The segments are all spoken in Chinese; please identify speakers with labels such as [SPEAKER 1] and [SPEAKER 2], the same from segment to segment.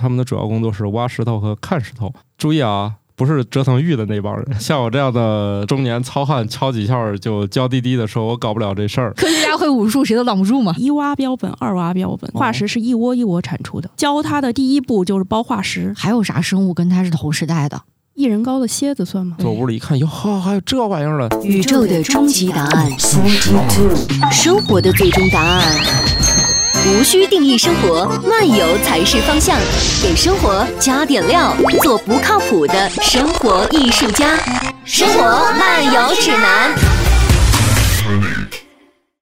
[SPEAKER 1] 他们的主要工作是挖石头和看石头。注意啊，不是折腾玉的那帮 人，像我这样的中年糙汉，敲几下儿就娇滴滴的说：“我搞不了这
[SPEAKER 2] 哎
[SPEAKER 1] 事儿。
[SPEAKER 3] 科学家会武术，谁都挡不住嘛。
[SPEAKER 4] 一挖标本，二挖标本，
[SPEAKER 1] 哦
[SPEAKER 4] 化石是一窝一窝产出的。教它的第一步就是包化石，
[SPEAKER 2] 还有啥生物跟它是同时代的？
[SPEAKER 4] 一人高的蝎子算吗”？
[SPEAKER 1] 走屋里一看，哟呵，还有这玩意儿了。
[SPEAKER 5] 宇宙的终极答案，生活的最终答案。无需定义生活，漫游才是方向。给生活加点料，做不靠谱的生活艺术家。生活漫游 指南。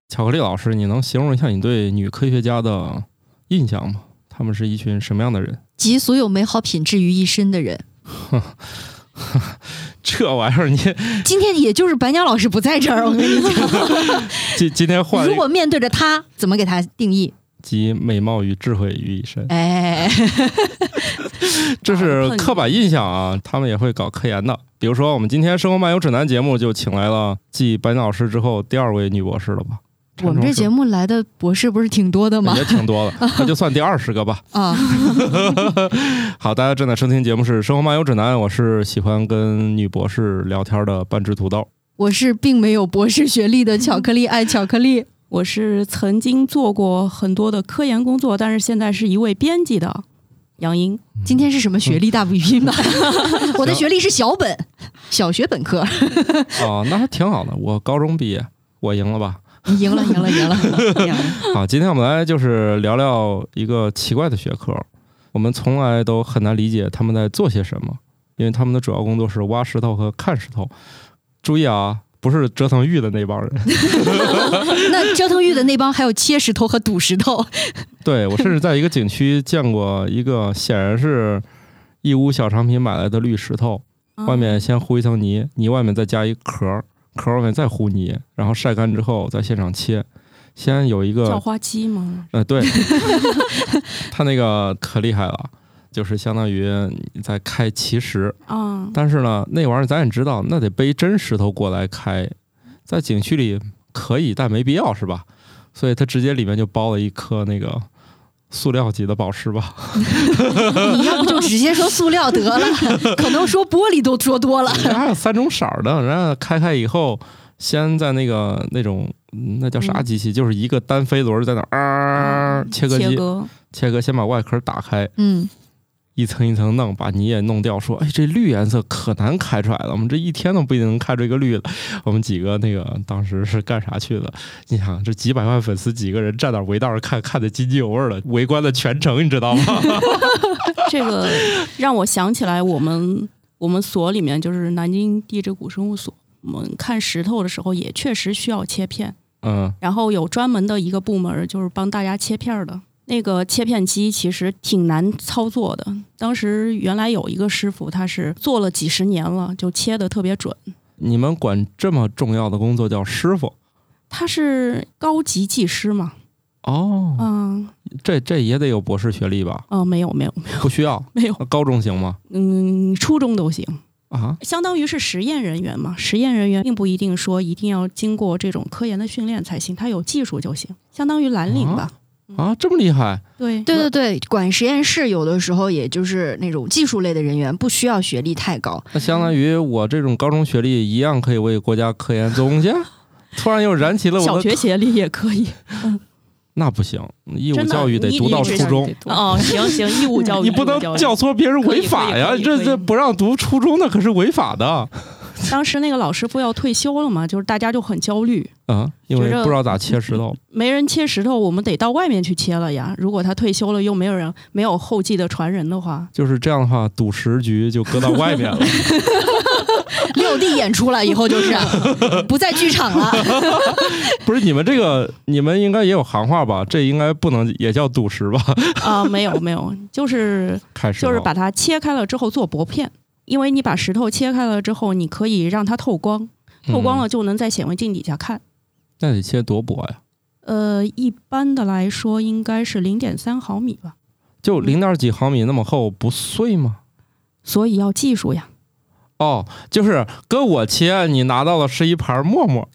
[SPEAKER 1] 巧克力老师，你能形容一下你对女科学家的印象吗？她们是一群什么样的人？
[SPEAKER 2] 集所有美好品质于一身的人。
[SPEAKER 1] 这玩意儿，你
[SPEAKER 2] 今天也就是白鸟老师不在这儿，我跟 你讲，
[SPEAKER 1] 今今天换了
[SPEAKER 2] 如
[SPEAKER 1] 一个
[SPEAKER 2] 果面对着他，怎么给他定义？
[SPEAKER 1] 集美貌与智慧于一身，
[SPEAKER 2] 哎，
[SPEAKER 1] 这是刻板印象啊。他们也会搞科研的，比如说我们今天《生活漫游指南》节目就请来了继白鸟老师之后第二位女博士了吧？
[SPEAKER 2] 我们这节目来的博士不是挺多的吗
[SPEAKER 1] 也？挺多的，那就算第二十个吧。
[SPEAKER 2] 啊，
[SPEAKER 1] 好，大家正在收听节目是《生活漫游指南》，我是喜欢跟女博士聊天的半只土豆。
[SPEAKER 2] 我是并没有博士学历的巧克力爱 巧克力。
[SPEAKER 4] 我是曾经做过很多的科研工作，但是现在是一位编辑的杨英。
[SPEAKER 2] 今天是什么学历大比拼呢？
[SPEAKER 3] 嗯
[SPEAKER 2] 我的学历是小本，小学 本科。
[SPEAKER 1] 哦，那还挺好的。我高中毕业，我赢了吧？
[SPEAKER 2] 你赢了，赢了，赢了。
[SPEAKER 1] 好，今天我们来就是聊聊一个奇怪的学科，我们从来都很难理解他们在做些什么，因为他们的主要工作是挖石头和看石头。注意啊，不是折腾玉的那帮人。
[SPEAKER 2] 那折腾玉的那帮还有切石头和赌石头，
[SPEAKER 1] 对我甚至在一个景区见过一个，显然是义乌小商品买来的绿石头，
[SPEAKER 4] 嗯
[SPEAKER 1] 外
[SPEAKER 4] 啊
[SPEAKER 1] 面先糊一层泥，泥外面再加一壳儿，壳儿外面再糊泥，然后晒干之后在现场切。先有一
[SPEAKER 4] 叫
[SPEAKER 1] 个，
[SPEAKER 4] 花期吗？
[SPEAKER 1] 呃， 对，它那个可厉害了，就是相当于你在开奇石，
[SPEAKER 4] 啊，
[SPEAKER 1] 但是呢，那玩意儿咱也知道，那得背真石头过来开，在景区里可以，但没必要是吧？所以它直接里面就包了一颗那个塑料级的宝石吧。
[SPEAKER 2] 你 要不就直接说塑料得了，可能说玻璃都说多了。
[SPEAKER 1] 人家还有三种色儿的，人家开开以后，先在那个那种嗯那叫啥机器，就是一个单飞轮在那儿、啊切割机
[SPEAKER 4] 切割
[SPEAKER 1] 切割，先把外壳打开，
[SPEAKER 2] 嗯，
[SPEAKER 1] 一层一层弄，把泥也弄掉，说：“哎，这绿颜色可难开出来了，我们这一天都不一定能开出一个绿的。”我们几个那个当时是干啥去的？你想，这几百万粉丝几个人站那儿围道上看，看得津津有味的，围观了全程，你知道吗？
[SPEAKER 4] 这个让我想起来，我们我们所里面就是南京地质古生物所，我们看石头的时候也确实需要切片，
[SPEAKER 1] 嗯，
[SPEAKER 4] 然后有专门的一个部门儿就是帮大家切片儿的。那个切片机其实挺难操作的，当时原来有一个师傅，他是做了几十年了，就切的特别准。
[SPEAKER 1] 你们管这么重要的工作叫师傅
[SPEAKER 4] 他是高级技师嘛？
[SPEAKER 1] 哦？
[SPEAKER 4] 嗯
[SPEAKER 1] 这这也得有博士学历吧？
[SPEAKER 4] 嗯，没有没有
[SPEAKER 1] 不需要，
[SPEAKER 4] 没有，
[SPEAKER 1] 高中行吗？
[SPEAKER 4] 嗯，初中都行。
[SPEAKER 1] 啊，
[SPEAKER 4] 相当于是实验人员嘛，实验人员并不一定说一定要经过这种科研的训练才行，他有技术就行，相当于蓝领吧。
[SPEAKER 1] 啊，这么厉害？
[SPEAKER 4] 对
[SPEAKER 2] 对对对，管实验室有的时候也就是那种技术类的人员，不需要学历太高。
[SPEAKER 1] 那相当于我这种高中学历一样可以为国家科研做贡献？ 突然又燃起了我
[SPEAKER 4] 小
[SPEAKER 1] 的
[SPEAKER 4] 学学历也可以。
[SPEAKER 1] 那不行，义务
[SPEAKER 4] 真的
[SPEAKER 1] 教育得
[SPEAKER 4] 你
[SPEAKER 1] 读
[SPEAKER 4] 你
[SPEAKER 1] 到
[SPEAKER 4] 这
[SPEAKER 1] 初
[SPEAKER 4] 样
[SPEAKER 1] 中，
[SPEAKER 4] 哦，行行，义务教育，
[SPEAKER 1] 你不能
[SPEAKER 4] 义务教育
[SPEAKER 1] 教唆别人违法呀！
[SPEAKER 4] 可以可以可
[SPEAKER 1] 这
[SPEAKER 4] 以
[SPEAKER 1] 这不让读初中的可是违法的
[SPEAKER 4] 当时那个老师傅要退休了嘛，就是大家就很焦虑，
[SPEAKER 1] 啊，因为不知道咋切石头。
[SPEAKER 4] 没人切石头，我们得到外面去切了呀。如果他退休了又没有人没有后继的传人的话，
[SPEAKER 1] 就是这样的话，赌石局就搁到外 面了。
[SPEAKER 2] 撂地演出了以后就是 不在剧场了。
[SPEAKER 1] 不是你们这个，你们应该也有行话吧？这应该不能也叫赌石吧？
[SPEAKER 4] 啊、没有没有，就是
[SPEAKER 1] 开始
[SPEAKER 4] 就是把它切开了之后做薄片，因为你把石头切开了之后，你可以让它透光，
[SPEAKER 1] 嗯
[SPEAKER 4] 透光了就能在显微镜底下看。
[SPEAKER 1] 那得切多薄呀？
[SPEAKER 4] 呃，一般的来说应该是零点三毫米吧，
[SPEAKER 1] 就零点几毫米那么厚，不碎吗？
[SPEAKER 4] 所以要技术呀。
[SPEAKER 1] 哦，就是搁我切，你拿到的是一盘沫 沫；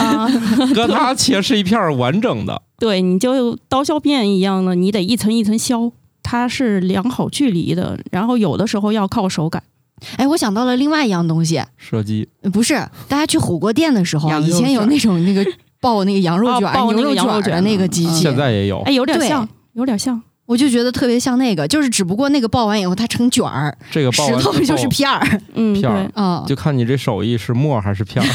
[SPEAKER 4] 啊、
[SPEAKER 1] 搁他切是一片完整的。
[SPEAKER 4] 对，你就刀削面一样的，你得一层一层削，它是量好距离的，然后有的时候要靠手擀。
[SPEAKER 2] 哎，我想到了另外一样东西，
[SPEAKER 1] 射击
[SPEAKER 2] 呃不是大家去火锅店的时候啊，
[SPEAKER 4] 羊肉
[SPEAKER 2] 以前有
[SPEAKER 4] 卷
[SPEAKER 2] 那种那个爆那个羊肉
[SPEAKER 4] 哦
[SPEAKER 2] 卷、
[SPEAKER 4] 爆那
[SPEAKER 2] 牛
[SPEAKER 4] 个
[SPEAKER 2] 肉
[SPEAKER 4] 羊肉
[SPEAKER 2] 卷的
[SPEAKER 4] 卷
[SPEAKER 2] 那个
[SPEAKER 4] 嗯
[SPEAKER 2] 机器，
[SPEAKER 1] 现在也有
[SPEAKER 4] 哎，，有点
[SPEAKER 2] 对
[SPEAKER 4] 像，有点像。
[SPEAKER 2] 我就觉得特别像那个，就是只不过那个爆完以后它成卷儿，
[SPEAKER 1] 这个爆
[SPEAKER 2] 石
[SPEAKER 1] 完
[SPEAKER 2] 头
[SPEAKER 1] 之
[SPEAKER 2] 就是
[SPEAKER 1] 后
[SPEAKER 2] 片儿
[SPEAKER 4] 嗯，
[SPEAKER 1] 片儿
[SPEAKER 4] 对。
[SPEAKER 2] 啊。
[SPEAKER 1] 就看你这手艺是沫儿还是片儿。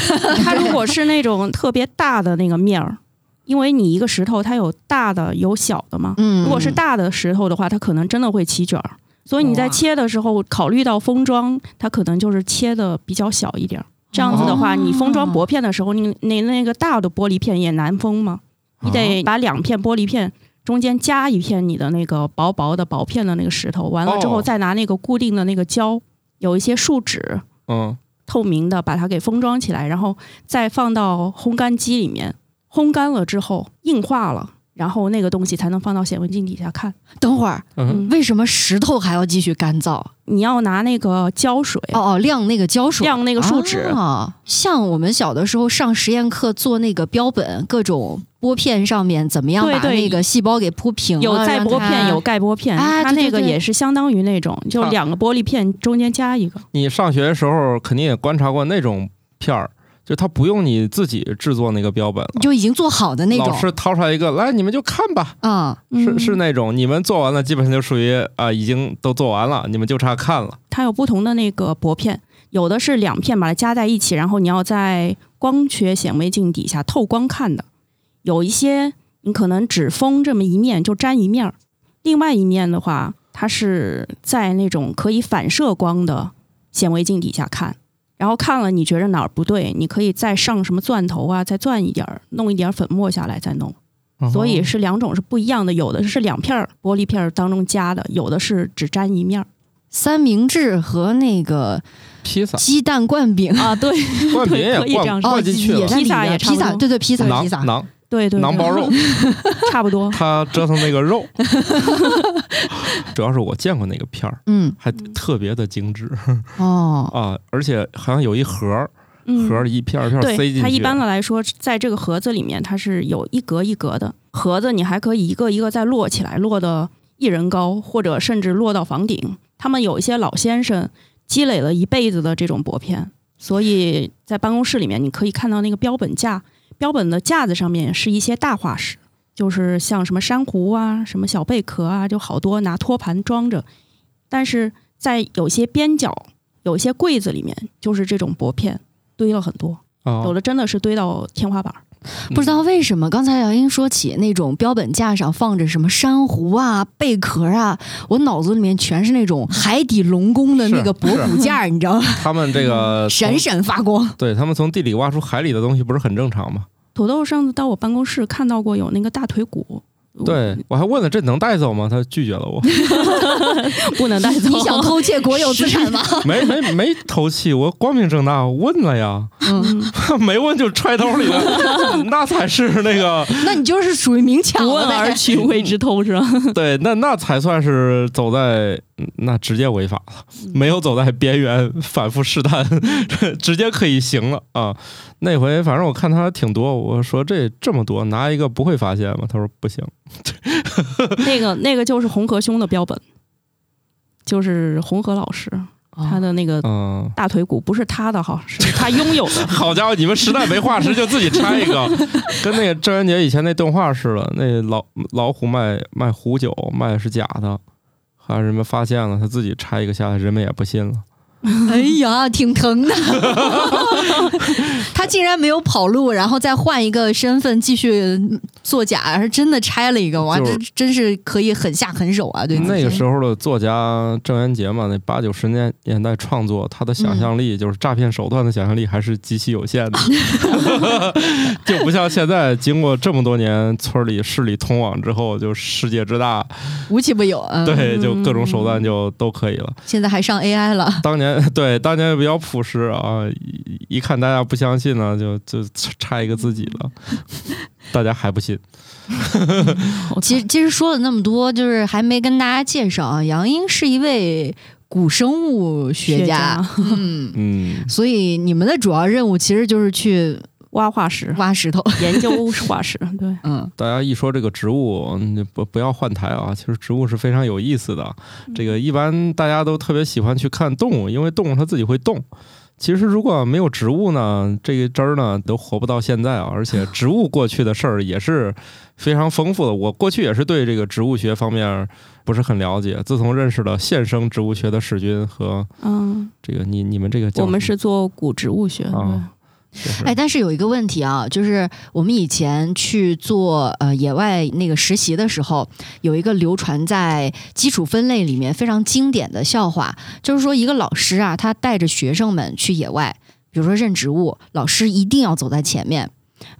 [SPEAKER 4] 它如果是那种特别大的那个面儿，因为你一个石头它有大的有小的嘛，
[SPEAKER 2] 嗯，
[SPEAKER 4] 如果是大的石头的话，它可能真的会起卷儿。所以你在
[SPEAKER 2] 哇
[SPEAKER 4] 切的时候，考虑到封装，它可能就是切的比较小一点儿。这样子的话，
[SPEAKER 2] 哦
[SPEAKER 4] 你封装薄片的时候，你你那个大的玻璃片也难封嘛，你得
[SPEAKER 1] 啊
[SPEAKER 4] 把两片玻璃片中间夹一片你的那个薄薄的薄片的那个石头，完了之
[SPEAKER 1] 哦
[SPEAKER 4] 后再拿那个固定的那个胶，有一些树脂，
[SPEAKER 1] 嗯，
[SPEAKER 4] 透明的把它给封装起来，然后再放到烘干机里面，烘干了之后硬化了，然后那个东西才能放到显微镜底下看。
[SPEAKER 2] 等会儿，
[SPEAKER 1] 嗯
[SPEAKER 2] 为什么石头还要继续干燥？
[SPEAKER 4] 你要拿那个胶水
[SPEAKER 2] 哦哦，晾那个胶水，
[SPEAKER 4] 晾那个树脂，
[SPEAKER 2] 啊。像我们小的时候上实验课做那个标本，各种玻片上面怎么样
[SPEAKER 4] 对
[SPEAKER 2] 把
[SPEAKER 4] 对
[SPEAKER 2] 那个细胞给铺平了
[SPEAKER 4] 有载
[SPEAKER 2] 让
[SPEAKER 4] 玻
[SPEAKER 2] 它
[SPEAKER 4] 片，有盖玻片，
[SPEAKER 2] 啊
[SPEAKER 4] 它
[SPEAKER 2] 对对
[SPEAKER 4] 那个
[SPEAKER 2] 对
[SPEAKER 4] 也是相当于那种，就
[SPEAKER 1] 啊
[SPEAKER 4] 两个玻璃片中间加一个。
[SPEAKER 1] 你上学的时候肯定也观察过那种片儿，就它不用你自己制作那个标本了，
[SPEAKER 2] 就已经做好的那
[SPEAKER 1] 老
[SPEAKER 2] 种
[SPEAKER 1] 师掏出来一个，来你们就看吧，
[SPEAKER 2] 啊。
[SPEAKER 1] 是
[SPEAKER 4] 嗯
[SPEAKER 1] 是那种你们做完了，基本上就属于啊、已经都做完了，你们就差看了。
[SPEAKER 4] 它有不同的那个薄片，有的是两片把它加在一起，然后你要在光学显微镜底下透光看的。有一些你可能只封这么一面，就粘一面儿；另外一面的话，它是在那种可以反射光的显微镜底下看。然后看了你觉着哪儿不对，你可以再上什么钻头啊，再钻一点儿，弄一点儿粉末下来再弄。
[SPEAKER 2] 嗯
[SPEAKER 4] 所
[SPEAKER 1] 哦
[SPEAKER 4] 以是两种是不一样的，有的是两片儿玻璃片儿当中加的，有的是只粘一面儿
[SPEAKER 2] 三明治和那个
[SPEAKER 1] 披 萨
[SPEAKER 2] 鸡蛋灌饼，哦
[SPEAKER 4] 啊。对，
[SPEAKER 1] 灌饼也
[SPEAKER 4] 可以这
[SPEAKER 1] 灌
[SPEAKER 4] 样 说
[SPEAKER 1] 灌进去
[SPEAKER 2] 也
[SPEAKER 1] 了，
[SPEAKER 2] 在里
[SPEAKER 4] 披萨
[SPEAKER 2] 边
[SPEAKER 4] 也差
[SPEAKER 2] 披
[SPEAKER 4] 不
[SPEAKER 2] 萨，
[SPEAKER 4] 多
[SPEAKER 2] 对对，披萨披
[SPEAKER 1] 馕
[SPEAKER 2] 萨，
[SPEAKER 1] 馕
[SPEAKER 4] 对对，
[SPEAKER 1] 馕
[SPEAKER 4] 对
[SPEAKER 1] 包肉，
[SPEAKER 4] 差不多。
[SPEAKER 1] 它折腾那个 肉，主要是我见过那个片儿，
[SPEAKER 2] 嗯
[SPEAKER 1] 还特别的精致
[SPEAKER 2] 哦，
[SPEAKER 1] 啊，而且好像有一盒儿
[SPEAKER 4] 嗯，
[SPEAKER 1] 盒儿一片儿一片儿塞进
[SPEAKER 4] 对
[SPEAKER 1] 去，
[SPEAKER 4] 它一般的来说，在这个盒子里面，它是有一格一格的盒子，你还可以一个一个再摞起来，摞的一人高，或者甚至摞到房顶。他们有一些老先生积累了一辈子的这种薄片，所以在办公室里面，你可以看到那个标本架，标本的架子上面是一些大化石，就是像什么珊瑚啊、什么小贝壳啊，就好多拿托盘装着。但是在有些边角、有些柜子里面，就是这种薄片堆了很多。
[SPEAKER 1] 啊
[SPEAKER 4] 有的真的是堆到天花板儿。
[SPEAKER 1] 嗯
[SPEAKER 2] 不知道为什么，刚才姚英说起那种标本架上放着什么珊瑚啊、贝壳啊，我脑子里面全是那种海底龙宫的那个
[SPEAKER 1] 是是
[SPEAKER 2] 博古架儿，你知道吗？
[SPEAKER 1] 他们这 个
[SPEAKER 2] 闪闪 发光。
[SPEAKER 1] 对他们从地里挖出海里的东西不是很正常吗？
[SPEAKER 4] 土豆上次到我办公室看到过有那个大腿骨，
[SPEAKER 1] 对我还问了这能带走吗？他拒绝了 我，
[SPEAKER 4] 不能带走。
[SPEAKER 2] 你 想偷窃国有资产吗？
[SPEAKER 1] 没没没投气，我光明正大问了呀，
[SPEAKER 2] 嗯，
[SPEAKER 1] 没问就揣兜里了， 嗯那才是那个
[SPEAKER 2] 那你就是属于明抢
[SPEAKER 4] 不问
[SPEAKER 2] 了呗
[SPEAKER 4] 而取谓之偷是吧？
[SPEAKER 1] 对，那那才算是走在嗯那直接违法了，
[SPEAKER 4] 嗯
[SPEAKER 1] 没有走在边缘反复试探， 直接可以行了啊。那回反正我看他挺多，我说这这么多拿一个不会发现吗？他说不行，
[SPEAKER 4] 那个那个就是红河兄的标本，就是红河老师
[SPEAKER 2] 哦
[SPEAKER 4] 他的那个
[SPEAKER 1] 嗯。。
[SPEAKER 4] 大腿骨不是他的哈，是 他拥有 的
[SPEAKER 1] 好家伙，你们实在没化石就自己拆一个， 跟那个郑渊洁以前那动画似的，那老老虎卖卖虎酒卖的是假的，还有人们发现了，他自己拆一个下来，人们也不信了。
[SPEAKER 2] 哎呀，挺疼的。 他竟然没有跑路，然后再换一个身份继续作假，而是真的拆了一个，哇，
[SPEAKER 1] 就
[SPEAKER 2] 这
[SPEAKER 1] 是
[SPEAKER 2] 真是可以狠下狠手啊！对自己，
[SPEAKER 1] 那个时候的作家郑渊洁嘛，那八九十年年代创作，他的想
[SPEAKER 2] 嗯
[SPEAKER 1] 象力、就是诈骗手段的想象力还是极其有 限的， 就不像现在经过这么多年村里市里通网之后，就世界之大，
[SPEAKER 2] 无奇不有啊！
[SPEAKER 1] 对，就各种手
[SPEAKER 2] 嗯
[SPEAKER 1] 段就都可以了。
[SPEAKER 2] 现在还上 AI 了。
[SPEAKER 1] 当年 对当年比较朴实啊，一一看大家不相信呢，就就差一个自己了，大家还不信。
[SPEAKER 4] 好惨
[SPEAKER 2] 其实其实说了那么多，就是还没跟大家介绍啊，杨英是一位古生物学
[SPEAKER 4] 学
[SPEAKER 2] 家，
[SPEAKER 4] 家
[SPEAKER 2] 嗯，
[SPEAKER 1] 嗯，
[SPEAKER 2] 所以你们的主要任务其实就是去
[SPEAKER 4] 挖 化石，
[SPEAKER 2] 挖石头，
[SPEAKER 4] 研究化石。 对，
[SPEAKER 2] 嗯，
[SPEAKER 1] 大家一说这个植物，嗯不不要换台啊！其实植物是非常有意思的。这个一般大家都特别喜欢去看动物，因为动物它自己会动。其实如果没有植物呢，这个汁儿呢都活不到现在啊！而且植物过去的事儿也是非常丰富的。我过去也是对这个植物学方面不是很了解，自从认识了现生植物学的史君和
[SPEAKER 4] 嗯，
[SPEAKER 1] 这个你你们这个叫
[SPEAKER 4] 我们
[SPEAKER 1] 什么
[SPEAKER 4] 是做古植物学的。
[SPEAKER 2] 哦
[SPEAKER 1] 啊，就是
[SPEAKER 2] 哎，但是有一个问题啊，就是我们以前去做呃野外那个实习的时候，有一个流传在基础分类里面非常经典的笑话，就是说一个老师啊，他带着学生们去野外，比如说认植物，老师一定要走在前面，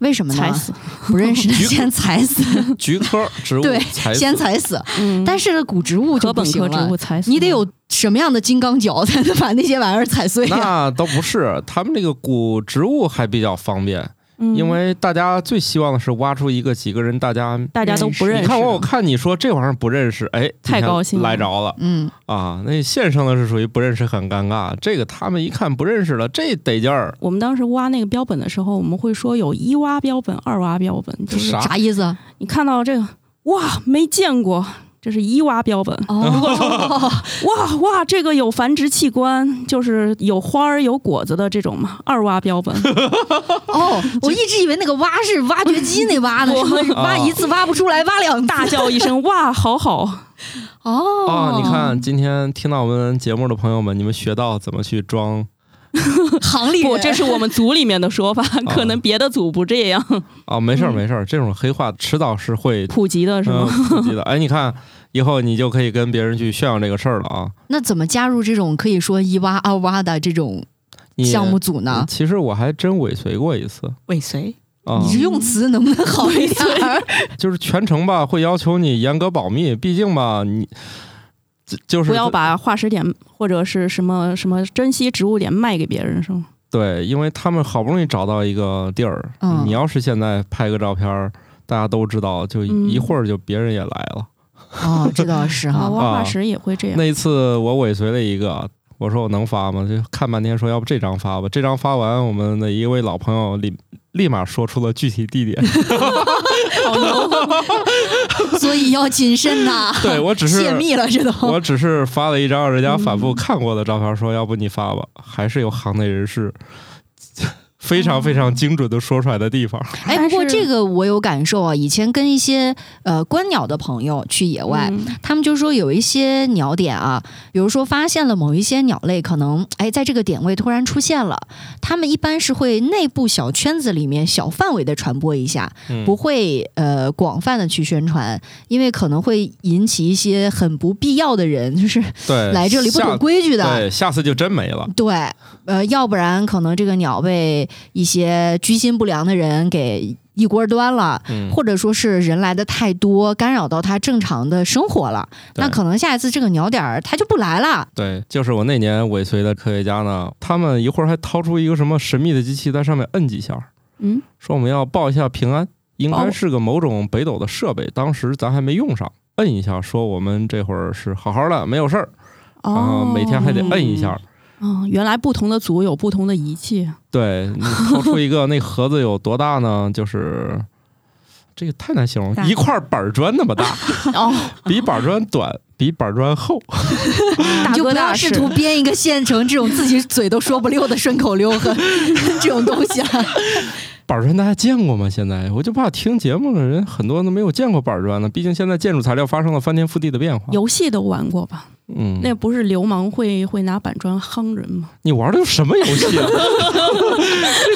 [SPEAKER 2] 为什么呢？
[SPEAKER 4] 踩死，
[SPEAKER 2] 不认识的
[SPEAKER 1] 橘
[SPEAKER 2] 先踩死，
[SPEAKER 1] 菊科植物
[SPEAKER 2] 对
[SPEAKER 1] 才
[SPEAKER 2] 先踩死。
[SPEAKER 4] 嗯，
[SPEAKER 2] 但是古植物就
[SPEAKER 4] 禾
[SPEAKER 2] 不
[SPEAKER 4] 本
[SPEAKER 2] 行
[SPEAKER 4] 科植
[SPEAKER 2] 了
[SPEAKER 4] 物，才死
[SPEAKER 2] 你得有什么样的金刚脚才能把那些玩意儿踩碎啊？
[SPEAKER 1] 那倒不是，他们这个古植物还比较方便，
[SPEAKER 4] 嗯
[SPEAKER 1] 因为大家最希望的是挖出一个几个人，大家
[SPEAKER 4] 大家都不认识。
[SPEAKER 1] 你看我，我看你说这玩意儿不认识，哎，
[SPEAKER 4] 太
[SPEAKER 1] 你看
[SPEAKER 4] 高兴了
[SPEAKER 1] 来着了
[SPEAKER 2] 嗯，
[SPEAKER 1] 啊！那现生的是属于不认识很尴尬，这个他们一看不认识了，这得劲儿。
[SPEAKER 4] 我们当时挖那个标本的时候，我们会说有一挖标本、二挖标本，就是
[SPEAKER 1] 啥
[SPEAKER 2] 啥意思啊？
[SPEAKER 4] 你看到这个，哇，没见过，这是一挖标本。
[SPEAKER 2] 哦，
[SPEAKER 4] 哇哇，这个有繁殖器官，就是有花儿有果子的这种嘛。二挖标本，
[SPEAKER 2] 哦，我一直以为那个挖是挖掘机那挖 呢，什么挖一次挖不出来，挖两大
[SPEAKER 4] 大叫一声哇，好好。
[SPEAKER 2] 哦
[SPEAKER 1] 啊！你看，今天听到我们节目的朋友们，你们学到怎么去装
[SPEAKER 2] 行里
[SPEAKER 4] 不，
[SPEAKER 2] 人
[SPEAKER 4] 这是我们组里面的说法，可能别的组不这样。
[SPEAKER 1] 啊？没事儿，没事儿，这种黑话迟早是会
[SPEAKER 4] 普及嗯的是
[SPEAKER 1] 嗯
[SPEAKER 4] 吗？
[SPEAKER 1] 普及的。哎，你看，以后你就可以跟别人去炫耀这个事儿了啊！
[SPEAKER 2] 那怎么加入这种可以说一挖二挖的这种
[SPEAKER 1] 你
[SPEAKER 2] 项目组呢？
[SPEAKER 1] 其实我还真尾随过一次
[SPEAKER 4] 尾随
[SPEAKER 1] 啊，
[SPEAKER 2] 你这用词能不能好一 点儿？
[SPEAKER 1] 就是全程吧会要求你严格保密，毕竟吧你就就是
[SPEAKER 4] 不要把化石点或者是什么什么珍稀植物点卖给别人是吗？
[SPEAKER 1] 对，因为他们好不容易找到一个地儿，
[SPEAKER 2] 嗯
[SPEAKER 1] 你要是现在拍个照片儿，大家都知道，就
[SPEAKER 4] 嗯
[SPEAKER 1] 一会儿就别人也来了。
[SPEAKER 2] 哦，这倒是
[SPEAKER 4] 啊，
[SPEAKER 2] 哈。
[SPEAKER 4] 挖化石也会这样。
[SPEAKER 1] 那一次我尾随了一个，我说我能发吗？就看半天，说要不这张发吧。这张发完，我们的一位老朋友立立马说出了具体地点。
[SPEAKER 2] 所以要谨慎呐，
[SPEAKER 1] 对我只
[SPEAKER 2] 泄
[SPEAKER 1] 是
[SPEAKER 2] 密了这 都。
[SPEAKER 1] 我只是发了一张人家反复看过的照片，说要不你发吧，还是有行内人士非常非常精准的说出来的地方。
[SPEAKER 2] 哎，
[SPEAKER 4] 但
[SPEAKER 2] 不过
[SPEAKER 4] 是
[SPEAKER 2] 这个我有感受啊，以前跟一些呃观鸟的朋友去野外，
[SPEAKER 4] 嗯
[SPEAKER 2] 他们就说有一些鸟点啊，比如说发现了某一些鸟类，可能哎在这个点位突然出现了，他们一般是会内部小圈子里面小范围的传播一下，
[SPEAKER 1] 嗯
[SPEAKER 2] 不会呃广泛的去宣传，因为可能会引起一些很不必要的人，就是
[SPEAKER 1] 对，
[SPEAKER 2] 来这里不
[SPEAKER 1] 下
[SPEAKER 2] 懂规矩的。
[SPEAKER 1] 呃对，下次就真没了。
[SPEAKER 2] 对，呃，要不然可能这个鸟被一些居心不良的人给一锅端了，
[SPEAKER 1] 嗯，
[SPEAKER 2] 或者说是人来的太多，干扰到它正常的生活了，
[SPEAKER 1] 对
[SPEAKER 2] 那可能下一次这个鸟点儿它就不来了。
[SPEAKER 1] 对，就是我那年尾随的科学家呢，他们一会儿还掏出一个什么神秘的机器，在上面摁几下，
[SPEAKER 4] 嗯，
[SPEAKER 1] 说我们要报一下平安，应该
[SPEAKER 4] 哦
[SPEAKER 1] 是个某种北斗的设备，当时咱还没用上，摁一下，说我们这会儿是好好的，没有事儿，然后
[SPEAKER 4] 哦，
[SPEAKER 1] 每天还得摁一下。啊
[SPEAKER 4] 哦，原来不同的组有不同的仪器。
[SPEAKER 1] 对你掏出一个那盒子有多大呢？就是这个太难形容了，
[SPEAKER 4] 大
[SPEAKER 1] 一块板砖那 么大，
[SPEAKER 4] 哦，
[SPEAKER 1] 比板砖短，比板砖厚。
[SPEAKER 4] 大
[SPEAKER 2] 你就
[SPEAKER 4] 哥
[SPEAKER 2] 不要
[SPEAKER 4] 大
[SPEAKER 2] 试图编一个现成这种自己嘴都说不溜的顺口溜和这种东西了。
[SPEAKER 1] 板砖大家见过吗？现在我就怕听节目的人很多都没有见过板砖呢，毕竟现在建筑材料发生了翻天覆地的变化。
[SPEAKER 4] 游戏都玩过吧？
[SPEAKER 1] 嗯，
[SPEAKER 4] 那不是流氓会会拿板砖夯人 吗？
[SPEAKER 1] 你玩的都什么游戏 啊？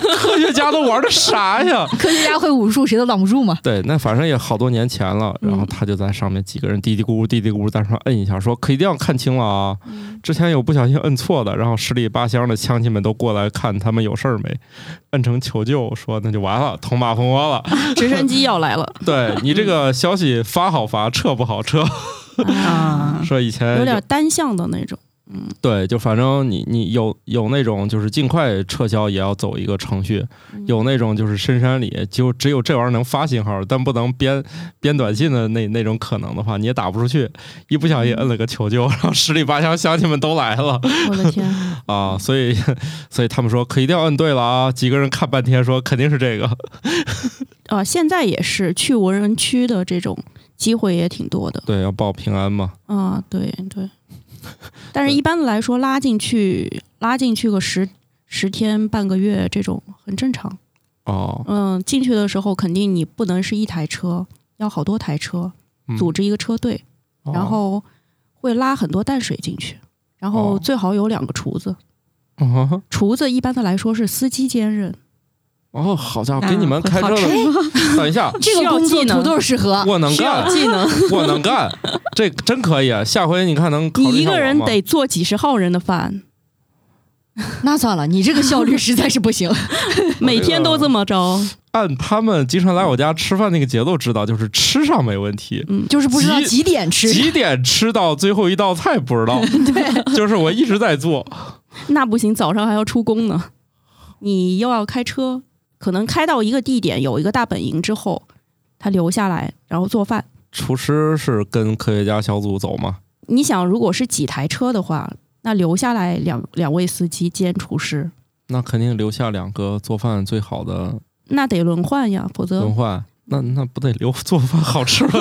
[SPEAKER 1] 这科学家都玩的啥呀？
[SPEAKER 2] 科学家会武术，谁都挡不住嘛。
[SPEAKER 1] 对，那反正也好多年前了，
[SPEAKER 4] 嗯
[SPEAKER 1] 然后他就在上面几个人嘀嘀咕咕、嘀嘀咕咕在上面摁一下，说可一定要看清了啊！
[SPEAKER 4] 嗯
[SPEAKER 1] 之前有不小心摁错的，然后十里八乡的乡亲们都过来看他们有事儿没， 摁成求救，说那就完了，捅马蜂 窝了。
[SPEAKER 4] 直升机要 来了
[SPEAKER 1] 对你这个消息发好发，撤不好撤。
[SPEAKER 4] 啊，
[SPEAKER 1] 说以前
[SPEAKER 4] 有点单向的那种。嗯
[SPEAKER 1] 对，就反正你你有有那种就是尽快撤销也要走一个程序，
[SPEAKER 4] 嗯
[SPEAKER 1] 有那种就是深山里就只有这玩意儿能发信号，但不能编编短信的那那种可能的话，你也打不出去，一不小心摁了个求救，然后十里八乡乡亲们都来了
[SPEAKER 4] 我的天，
[SPEAKER 1] 啊，所以所以他们说可一定要摁对了啊，几个人看半天说肯定是这个，
[SPEAKER 4] 呃，现在也是去无人区的这种机会也挺多的。
[SPEAKER 1] 对，要报平安嘛，
[SPEAKER 4] 啊，对对，但是一般来说拉进去拉进去个十十天半个月这种很正常。
[SPEAKER 1] 哦，
[SPEAKER 4] 嗯，进去的时候肯定你不能是一台车，要好多台车
[SPEAKER 1] 嗯
[SPEAKER 4] 组织一个车队，
[SPEAKER 1] 哦
[SPEAKER 4] 然后会拉很多淡水进去，然后
[SPEAKER 1] 哦
[SPEAKER 4] 最好有两个厨子，
[SPEAKER 1] 哦
[SPEAKER 4] 厨子一般的来说是司机兼任，
[SPEAKER 1] 哦，好家伙，
[SPEAKER 4] 那
[SPEAKER 1] 给你们
[SPEAKER 4] 会
[SPEAKER 1] 开
[SPEAKER 4] 好
[SPEAKER 1] 车的，等一下，
[SPEAKER 2] 这
[SPEAKER 4] 需
[SPEAKER 2] 个
[SPEAKER 4] 要
[SPEAKER 2] 工作
[SPEAKER 4] 技能
[SPEAKER 2] 土豆适合。
[SPEAKER 1] 我能
[SPEAKER 4] 啊需要
[SPEAKER 1] 干，
[SPEAKER 4] 技能。
[SPEAKER 1] 我能干，这真可以，啊下回你看能考虑
[SPEAKER 4] 你一
[SPEAKER 1] 下
[SPEAKER 4] 个
[SPEAKER 1] 我
[SPEAKER 4] 人
[SPEAKER 1] 吗
[SPEAKER 4] 得做几十号人的饭，
[SPEAKER 2] 那算了，你这个效率实在是不行。
[SPEAKER 4] 每天都这么着，
[SPEAKER 1] 按他们经常来我家吃饭那个节奏知道，就是吃上没问题，
[SPEAKER 4] 嗯，
[SPEAKER 2] 就是不知道
[SPEAKER 1] 急
[SPEAKER 2] 几点吃。
[SPEAKER 1] 几点吃到最后一道菜不知 道，对，就是我一直在做，
[SPEAKER 4] 那不行，早上还要出工呢，你又要开车，可能开到一个地点有一个大本营之后，他留下来然后做饭。
[SPEAKER 1] 厨师是跟科学家小组走吗？
[SPEAKER 4] 你想，如果是几台车的话，那留下来两两位司机兼厨师，
[SPEAKER 1] 那肯定留下两个做饭最好的
[SPEAKER 4] 那得轮换呀，否则
[SPEAKER 1] 轮换，那那不得留做饭好吃 的？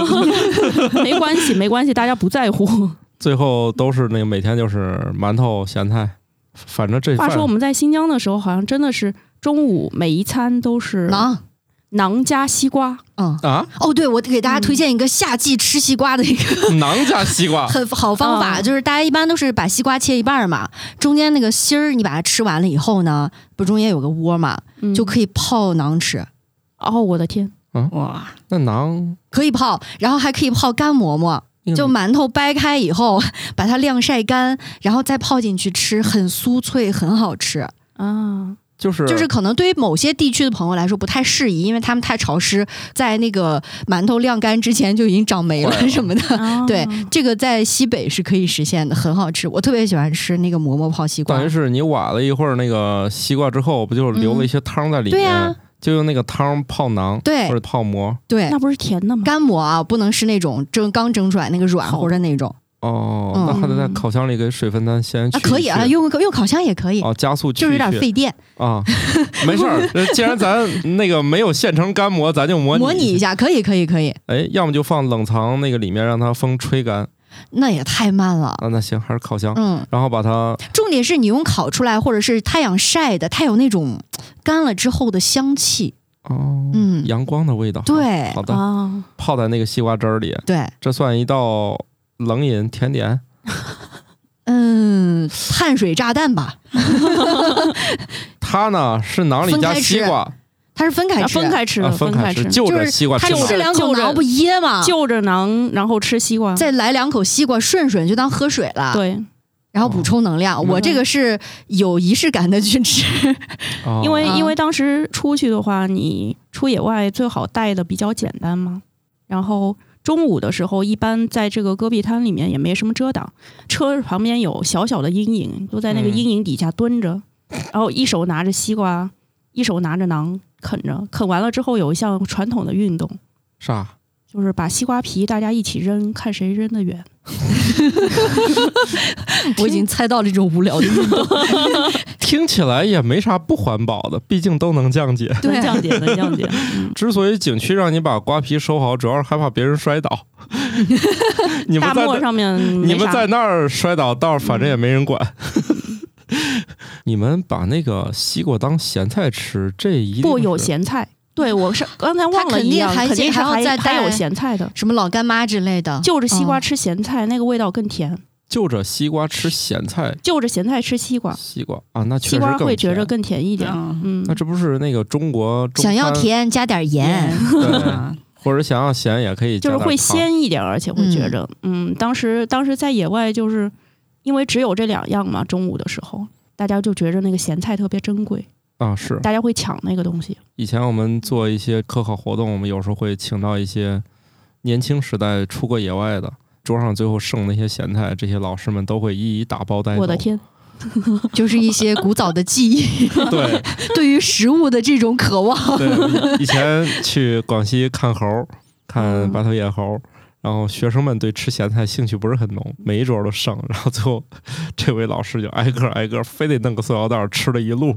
[SPEAKER 4] 没关系，没关系，大家不在乎。
[SPEAKER 1] 最后都是那个每天就是馒头咸菜，反正这
[SPEAKER 4] 话
[SPEAKER 1] 饭
[SPEAKER 4] 说我们在新疆的时候，好像真的是中午每一餐都是
[SPEAKER 2] 馕，
[SPEAKER 4] 馕加西瓜，
[SPEAKER 2] 嗯，
[SPEAKER 1] 啊，
[SPEAKER 2] 哦，对，我给大家推荐一个夏季吃西瓜的一个，
[SPEAKER 1] 馕加西瓜
[SPEAKER 2] 很好方法，
[SPEAKER 4] 嗯
[SPEAKER 2] 就是大家一般都是把西瓜切一半儿嘛，中间那个芯儿你把它吃完了以后呢，不是中间有个窝嘛，
[SPEAKER 4] 嗯
[SPEAKER 2] 就可以泡馕吃，
[SPEAKER 4] 哦，我的天，
[SPEAKER 3] 哇，
[SPEAKER 1] 那馕
[SPEAKER 2] 可以泡，然后还可以泡干馍馍，
[SPEAKER 1] 嗯
[SPEAKER 2] 就馒头掰开以后把它晾晒干，然后再泡进去吃，很酥脆，很好吃。
[SPEAKER 4] 啊，
[SPEAKER 1] 就是
[SPEAKER 2] 就是可能对于某些地区的朋友来说不太适宜，因为他们太潮湿，在那个馒头晾干之前就已经长霉
[SPEAKER 1] 坏了
[SPEAKER 2] 了什么的。
[SPEAKER 4] 啊
[SPEAKER 2] 对，这个在西北是可以实现的，很好吃。我特别喜欢吃那个馍馍泡西瓜
[SPEAKER 1] 等于。是你挖了一会儿那个西瓜之后，不就留了一些汤在里
[SPEAKER 2] 嗯对
[SPEAKER 1] 面？
[SPEAKER 2] 呀
[SPEAKER 1] 就用那个汤泡馕，
[SPEAKER 2] 对
[SPEAKER 1] 或者泡馍。
[SPEAKER 2] 对
[SPEAKER 4] 那，不是甜的吗？
[SPEAKER 2] 干馍啊，不能是那种蒸刚蒸出来那个软
[SPEAKER 4] 好
[SPEAKER 2] 乎的那种
[SPEAKER 1] 哦，
[SPEAKER 2] 嗯
[SPEAKER 1] 那还得在烤箱里给水分它先去
[SPEAKER 2] 啊，
[SPEAKER 1] 一去。
[SPEAKER 2] 可以啊，用用烤箱也可以，
[SPEAKER 1] 哦，加速去
[SPEAKER 2] 就是有点
[SPEAKER 1] 一去
[SPEAKER 2] 费电。
[SPEAKER 1] 啊，没事 儿。呃既然咱那个没有现成干馍，咱就模拟
[SPEAKER 2] 模拟一。下，可以，可以，可以。
[SPEAKER 1] 哎，要么就放冷藏那个里面，让它风吹干。
[SPEAKER 2] 那也太慢了。
[SPEAKER 1] 啊，那行，还是烤箱。
[SPEAKER 2] 嗯，
[SPEAKER 1] 然后把它
[SPEAKER 2] 重点是你用烤出来，或者是太阳晒的，它有那种干了之后的香气。
[SPEAKER 1] 哦，
[SPEAKER 2] 嗯
[SPEAKER 1] 阳光的味道。
[SPEAKER 2] 对
[SPEAKER 1] 好的，
[SPEAKER 4] 啊，
[SPEAKER 1] 泡在那个西瓜汁儿里，
[SPEAKER 2] 对，
[SPEAKER 1] 这算一道冷饮甜点。
[SPEAKER 2] 嗯，碳水炸弹吧，
[SPEAKER 1] 它呢是馕里
[SPEAKER 2] 分
[SPEAKER 1] 加
[SPEAKER 2] 开吃
[SPEAKER 1] 西瓜，
[SPEAKER 2] 它是分开
[SPEAKER 4] 啊
[SPEAKER 2] 吃，
[SPEAKER 4] 分开吃
[SPEAKER 1] 啊，
[SPEAKER 4] 的，
[SPEAKER 1] 分
[SPEAKER 4] 开
[SPEAKER 1] 吃，
[SPEAKER 4] 的
[SPEAKER 1] 就
[SPEAKER 2] 就
[SPEAKER 1] 着
[SPEAKER 2] 是
[SPEAKER 1] 西瓜吃
[SPEAKER 2] 它
[SPEAKER 4] 就啊
[SPEAKER 1] 嘛
[SPEAKER 4] 是
[SPEAKER 2] 吃两口
[SPEAKER 4] 就着
[SPEAKER 2] 馕不噎吗？
[SPEAKER 4] 就着馕，然后吃西瓜。
[SPEAKER 2] 再来两口西瓜，顺水就当喝水了。。
[SPEAKER 4] 对，哦
[SPEAKER 2] 然后补充能量，我这个是有仪式感的去吃，
[SPEAKER 1] 哦
[SPEAKER 4] 因为
[SPEAKER 2] 啊
[SPEAKER 4] 因为当时出去的话，你出野外最好带的比较简单嘛。然后中午的时候，一般在这个戈壁滩里面也没什么遮挡，车旁边有小小的阴影，都在那个
[SPEAKER 1] 嗯
[SPEAKER 4] 阴影底下蹲着，然后一手拿着西瓜，一手拿着馕啃着，啃完了之后有一项传统的运动，
[SPEAKER 1] 啥？
[SPEAKER 4] 就是把西瓜皮大家一起扔，看谁扔得远。
[SPEAKER 2] 我已经猜到了这种无聊的运动。
[SPEAKER 1] 听起来也没啥不环保 的，毕竟都能降解。
[SPEAKER 4] 能降解，能降解。嗯
[SPEAKER 1] 之所以景区让你把瓜皮收好，主要是害怕别人摔 倒。你们
[SPEAKER 4] 大
[SPEAKER 1] 在
[SPEAKER 4] 漠
[SPEAKER 1] 那
[SPEAKER 4] 上面
[SPEAKER 1] 你
[SPEAKER 4] 没
[SPEAKER 1] 们
[SPEAKER 4] 啥
[SPEAKER 1] 在那儿摔倒，倒是反正也没人管。
[SPEAKER 4] 嗯
[SPEAKER 1] 你们把那个西瓜当咸菜吃，这一定
[SPEAKER 4] 不有
[SPEAKER 1] 是
[SPEAKER 4] 咸菜。对，我是刚才忘了一样，
[SPEAKER 2] 它肯定还
[SPEAKER 4] 肯定是
[SPEAKER 2] 还要
[SPEAKER 4] 还
[SPEAKER 2] 再
[SPEAKER 4] 还
[SPEAKER 2] 带
[SPEAKER 4] 有咸菜的，
[SPEAKER 2] 什么老干妈之类的，
[SPEAKER 4] 就着西瓜
[SPEAKER 2] 嗯
[SPEAKER 4] 吃咸菜，那个味道更甜。
[SPEAKER 1] 就着西瓜吃咸菜，
[SPEAKER 4] 就着咸菜吃西瓜，
[SPEAKER 1] 西瓜啊，那确
[SPEAKER 4] 西
[SPEAKER 1] 实
[SPEAKER 4] 瓜会
[SPEAKER 1] 更
[SPEAKER 4] 觉
[SPEAKER 1] 甜
[SPEAKER 4] 着。更甜一点。
[SPEAKER 3] 嗯，
[SPEAKER 4] 嗯
[SPEAKER 1] 那，这不是那个中国中
[SPEAKER 2] 想要
[SPEAKER 1] 餐
[SPEAKER 2] 甜加点盐。
[SPEAKER 1] 对，或者想要咸也可以
[SPEAKER 4] 就
[SPEAKER 1] 加
[SPEAKER 4] 是
[SPEAKER 1] 点
[SPEAKER 4] 会
[SPEAKER 1] 糖
[SPEAKER 4] 鲜一点，而且会觉着，嗯，当时当时在野外就是因为只有这两样嘛，中午的时候。大家就觉着那个咸菜特别珍贵，
[SPEAKER 1] 啊，是
[SPEAKER 4] 大家会抢那个东西。
[SPEAKER 1] 以前我们做一些科考活动，我们有时候会请到一些年轻时代出过野外的，桌上最后剩那些咸菜，这些老师们都会一一打包带走。
[SPEAKER 4] 我的！天，
[SPEAKER 2] 就是一些古早的记忆，
[SPEAKER 1] 对
[SPEAKER 2] 对于食物的这种渴望。
[SPEAKER 1] 对，以前去广西看猴儿，看白头野猴儿。然后学生们对吃咸菜兴趣不是很浓，每一桌都剩。然后最后，这位老师就挨个挨个，非得弄个塑料袋儿吃了一路。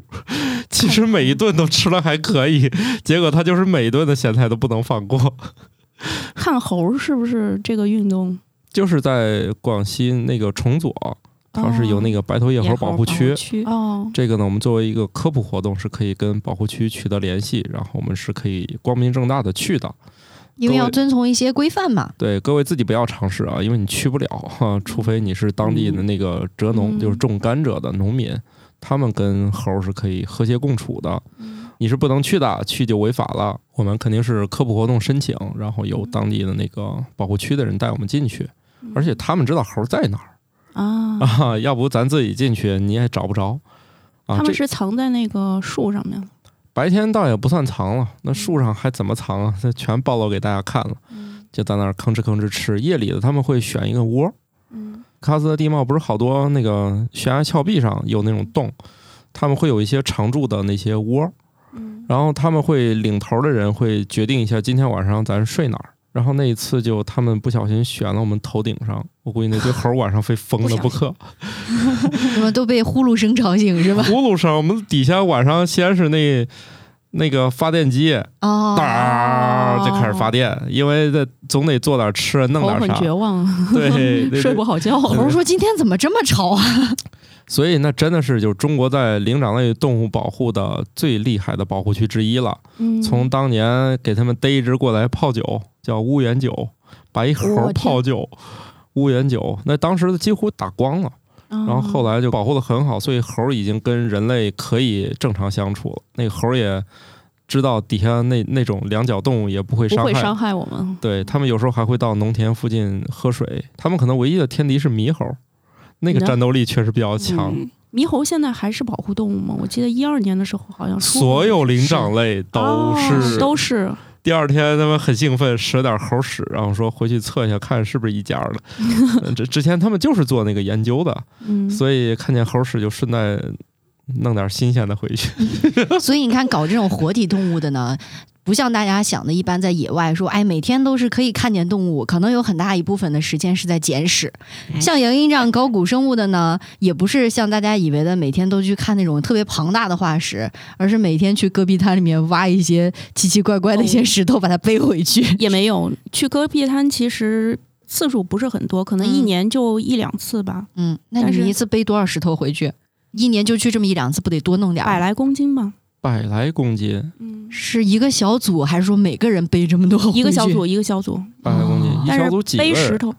[SPEAKER 1] 其实每一顿都吃了还可以，结果他就是每一顿的咸菜都不能放过。
[SPEAKER 4] 看猴是不是这个运动？
[SPEAKER 1] 就是在广西那个崇左，它是有那个白头哦野
[SPEAKER 6] 野
[SPEAKER 1] 猴保护区。
[SPEAKER 6] 区
[SPEAKER 4] 哦，
[SPEAKER 1] 这个呢，我们作为一个科普活动，是可以跟保护区取得联系，然后我们是可以光明正大的去的。
[SPEAKER 2] 因为要遵从一些规范嘛，
[SPEAKER 1] 对各位自己不要尝试啊，因为你去不了哈、除非你是当地的那个蔗农，
[SPEAKER 4] 嗯
[SPEAKER 1] 就是种甘蔗的农民，他们跟猴儿是可以和谐共处的。你是不能去的，去就违法了。我们肯定是科普活动申请，然后
[SPEAKER 4] 嗯
[SPEAKER 1] 由当地的那个保护区的人带我们进去，而且他们知道猴儿在哪儿
[SPEAKER 4] 啊，
[SPEAKER 1] 啊， 要不咱自己进去你也找不着。啊，
[SPEAKER 4] 他
[SPEAKER 1] 这
[SPEAKER 4] 们是藏在那个树上面。
[SPEAKER 1] 白天倒也不算藏了，
[SPEAKER 4] 嗯
[SPEAKER 1] 那树上还怎么藏啊？ 那全暴露给大家看了，就在那儿吭哧吭哧吃。夜里的他们会选一个窝，
[SPEAKER 4] 嗯，
[SPEAKER 1] 喀斯特地貌不是好多那个悬崖峭壁上有那种洞，他们会有一些常住的那些窝，然后他们会领头的人会决定一下今天晚上咱睡哪儿。然后那一次就他们不小心选了我们头顶上，我估计那堆猴儿晚上非疯了不可。
[SPEAKER 2] 那么都被呼噜声吵醒 是吧？
[SPEAKER 1] 呼噜声，我们底下晚上先是那那个发电机，
[SPEAKER 2] 哦，
[SPEAKER 1] 哒就开始发电，因为这总得做点吃的，弄
[SPEAKER 4] 猴
[SPEAKER 1] 点
[SPEAKER 4] 很
[SPEAKER 1] 啥，
[SPEAKER 4] 绝望，
[SPEAKER 1] 对，对
[SPEAKER 4] 睡不
[SPEAKER 1] 对
[SPEAKER 4] 好觉。
[SPEAKER 2] 猴儿说今天怎么这么吵啊？
[SPEAKER 1] 所以那真的是就是中国在灵长类动物保护的最厉害的保护区之一了。
[SPEAKER 4] 嗯
[SPEAKER 1] 从当年给他们逮一只过来泡酒，叫乌源酒，把一猴儿泡酒，乌源酒，那当时几乎打光了。
[SPEAKER 4] 然
[SPEAKER 1] 然后后来就保护的很好，所以猴儿已经跟人类可以正常相处了。那个猴儿也知道底下那那种两脚动物也不会
[SPEAKER 4] 不
[SPEAKER 1] 伤
[SPEAKER 4] 会
[SPEAKER 1] 害
[SPEAKER 4] 伤害我们。
[SPEAKER 1] 对他们有时候还会到农田附近喝水，他们可能唯一的天敌是猕猴，那个
[SPEAKER 4] 那
[SPEAKER 1] 战斗力确实比较强。
[SPEAKER 4] 嗯猕猴现在还是保护动物吗？我记得一二年的时候好像说
[SPEAKER 1] 所有灵长类都
[SPEAKER 4] 哦
[SPEAKER 1] 是。
[SPEAKER 4] 都是
[SPEAKER 1] 第二天他们很兴奋，拾了点猴屎，然后说回去测一下看是不是一家的。 嗯这之前他们就是做那个研究的，
[SPEAKER 4] 嗯，
[SPEAKER 1] 所以看见猴屎就顺带弄点新鲜的回去。
[SPEAKER 2] 所以你看，搞这种活体动物的呢，不像大家想的一般，在野外说，哎，每天都是可以看见动物，可能有很大一部分的时间是在捡屎。像杨英这样搞古生物的呢，也不是像大家以为的每天都去看那种特别庞大的化石，而是每天去戈壁滩里面挖一些奇奇怪怪的一些石头，把它背回去。
[SPEAKER 4] 也没有去戈壁滩，其实次数不是很多，可能一
[SPEAKER 2] 嗯
[SPEAKER 4] 年就一两次吧，
[SPEAKER 2] 嗯，那
[SPEAKER 4] 但是
[SPEAKER 2] 你一次背多少石头回去？一年就去这么一两次，不得多
[SPEAKER 1] 啊
[SPEAKER 2] 弄点
[SPEAKER 4] 百
[SPEAKER 2] 儿？
[SPEAKER 4] 来公斤吧。
[SPEAKER 1] 百来公斤，
[SPEAKER 4] 嗯，
[SPEAKER 2] 是一个小组，还是说每个人背这么 多回去？
[SPEAKER 4] 一个小组一个小组，
[SPEAKER 1] 百来公斤，
[SPEAKER 2] 哦
[SPEAKER 1] 一
[SPEAKER 4] 但
[SPEAKER 1] 小组
[SPEAKER 4] 是
[SPEAKER 1] 几个
[SPEAKER 4] 背石
[SPEAKER 1] 人？
[SPEAKER 4] 头。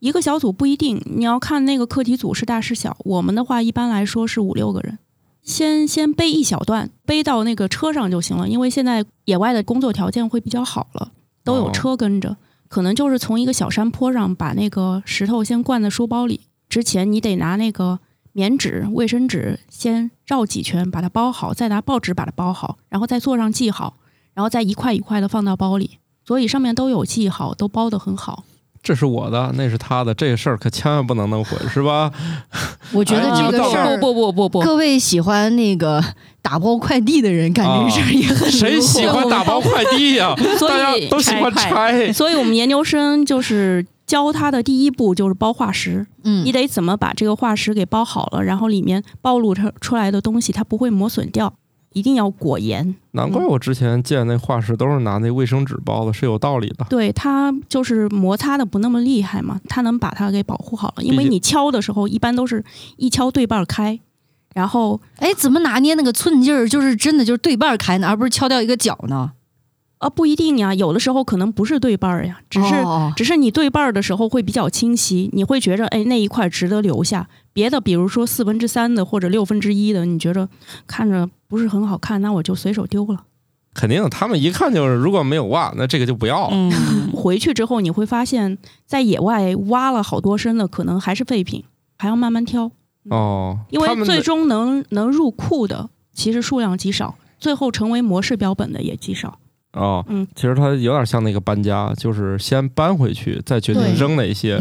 [SPEAKER 4] 一个小组不一定，你要看那个课题组是大是小。我们的话一般来说是五六个人，先先背一小段，背到那个车上就行了。因为现在野外的工作条件会比较好了，都有
[SPEAKER 1] 哦
[SPEAKER 4] 车跟着，可能就是从一个小山坡上把那个石头先灌在书包里，之前你得拿那个棉纸、卫生纸先绕几圈，把它包好，再拿报纸把它包好，然后再做上记号，然后再一块一块的放到包里。所以上面都有记号，都包得很好。
[SPEAKER 1] 这是我的，那是他的，这事儿可千万不能弄混，是 吧？
[SPEAKER 2] 我觉得
[SPEAKER 1] 哎
[SPEAKER 2] 这
[SPEAKER 1] 你们
[SPEAKER 2] 个
[SPEAKER 1] 到
[SPEAKER 2] 事
[SPEAKER 1] 那
[SPEAKER 2] 儿
[SPEAKER 4] 不不不不不，
[SPEAKER 2] 各位喜欢那个打包快递的人，感觉这事儿也很、
[SPEAKER 1] 谁喜欢打包快递呀、
[SPEAKER 4] 所
[SPEAKER 1] 大
[SPEAKER 4] 以
[SPEAKER 1] 家都喜欢
[SPEAKER 4] 拆
[SPEAKER 1] 拆
[SPEAKER 4] 快。所以我们研究生就是教他的第一步就是包化石，
[SPEAKER 2] 嗯
[SPEAKER 4] 你得怎么把这个化石给包好了，然后里面暴露出出来的东西它不会磨损掉，一定要裹
[SPEAKER 2] 嗯
[SPEAKER 4] 严。
[SPEAKER 1] 难怪我之前见那画室都是拿那卫生纸包的，是有道理的。
[SPEAKER 4] 对它就是摩擦的不那么厉害嘛，它能把它给保护好了。因为
[SPEAKER 1] 毕竟
[SPEAKER 4] 你敲的时候一般都是一敲对半儿开，然后
[SPEAKER 2] 哎，怎么拿捏那个寸劲儿？就是真的就是对半儿开呢，而不是敲掉一个角呢？
[SPEAKER 4] 呃不一定呀，有的时候可能不是对半儿呀，只是
[SPEAKER 2] 哦
[SPEAKER 4] 只是你对半儿的时候会比较清晰，你会觉着哎那一块值得留下，别的比如说四分之三的或者六分之一的，你觉着看着不是很好看，那我就随手丢了。
[SPEAKER 1] 肯定他们一看就是，如果没有袜，那这个就不要了。
[SPEAKER 2] 嗯，
[SPEAKER 4] 回去之后你会发现，在野外挖了好多深的，可能还是废品，还要慢慢挑，
[SPEAKER 1] 哦，
[SPEAKER 4] 嗯因
[SPEAKER 1] 他
[SPEAKER 4] 为
[SPEAKER 1] 们
[SPEAKER 4] 最
[SPEAKER 1] 的
[SPEAKER 4] 终能能入库的其实数量极少，最后成为模式标本的也极少。
[SPEAKER 1] 哦，
[SPEAKER 4] 嗯
[SPEAKER 1] 其实它有点像那个搬家，就是先搬回去，再决定
[SPEAKER 2] 对
[SPEAKER 1] 扔哪 些。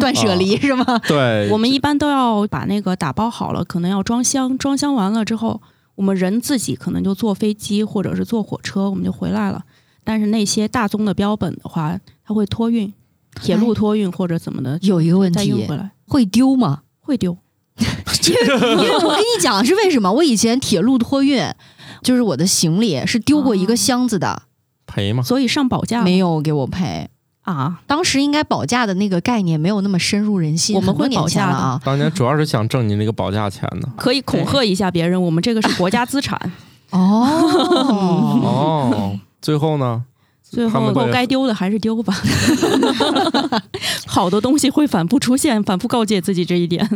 [SPEAKER 2] 断舍离是吗？
[SPEAKER 1] 对，
[SPEAKER 4] 我们一般都要把那个打包好了，可能要装箱，装箱完了之后，我们人自己可能就坐飞机或者是坐火车，我们就回来了。但是那些大宗的标本的话，它会托运，铁路托运或者怎么的，
[SPEAKER 2] 有一个哎问
[SPEAKER 4] 再运
[SPEAKER 2] 题
[SPEAKER 4] 回来
[SPEAKER 2] 会丢 吗？
[SPEAKER 4] 会丢。
[SPEAKER 1] 哦
[SPEAKER 2] 因为我跟你讲是为什么？我以前铁路托运，就是我的行李是丢过一个箱子的，
[SPEAKER 1] 赔嘛，
[SPEAKER 4] 所以上保价
[SPEAKER 2] 没有给我赔。
[SPEAKER 4] 啊，
[SPEAKER 2] 当时应该保价的那个概念没有那么深入人心，
[SPEAKER 4] 我们会
[SPEAKER 2] 很多年前了啊。
[SPEAKER 1] 当年主要是想挣你那个保价钱 的。
[SPEAKER 4] 可以恐吓一下别人，我们这个是国家 资产。
[SPEAKER 2] 哦，
[SPEAKER 1] 哦，最后呢？
[SPEAKER 4] 最
[SPEAKER 1] 他
[SPEAKER 4] 后
[SPEAKER 1] 们会
[SPEAKER 4] 该丢的还 是丢吧，好的东西会反复出现，反复告诫自己这一点。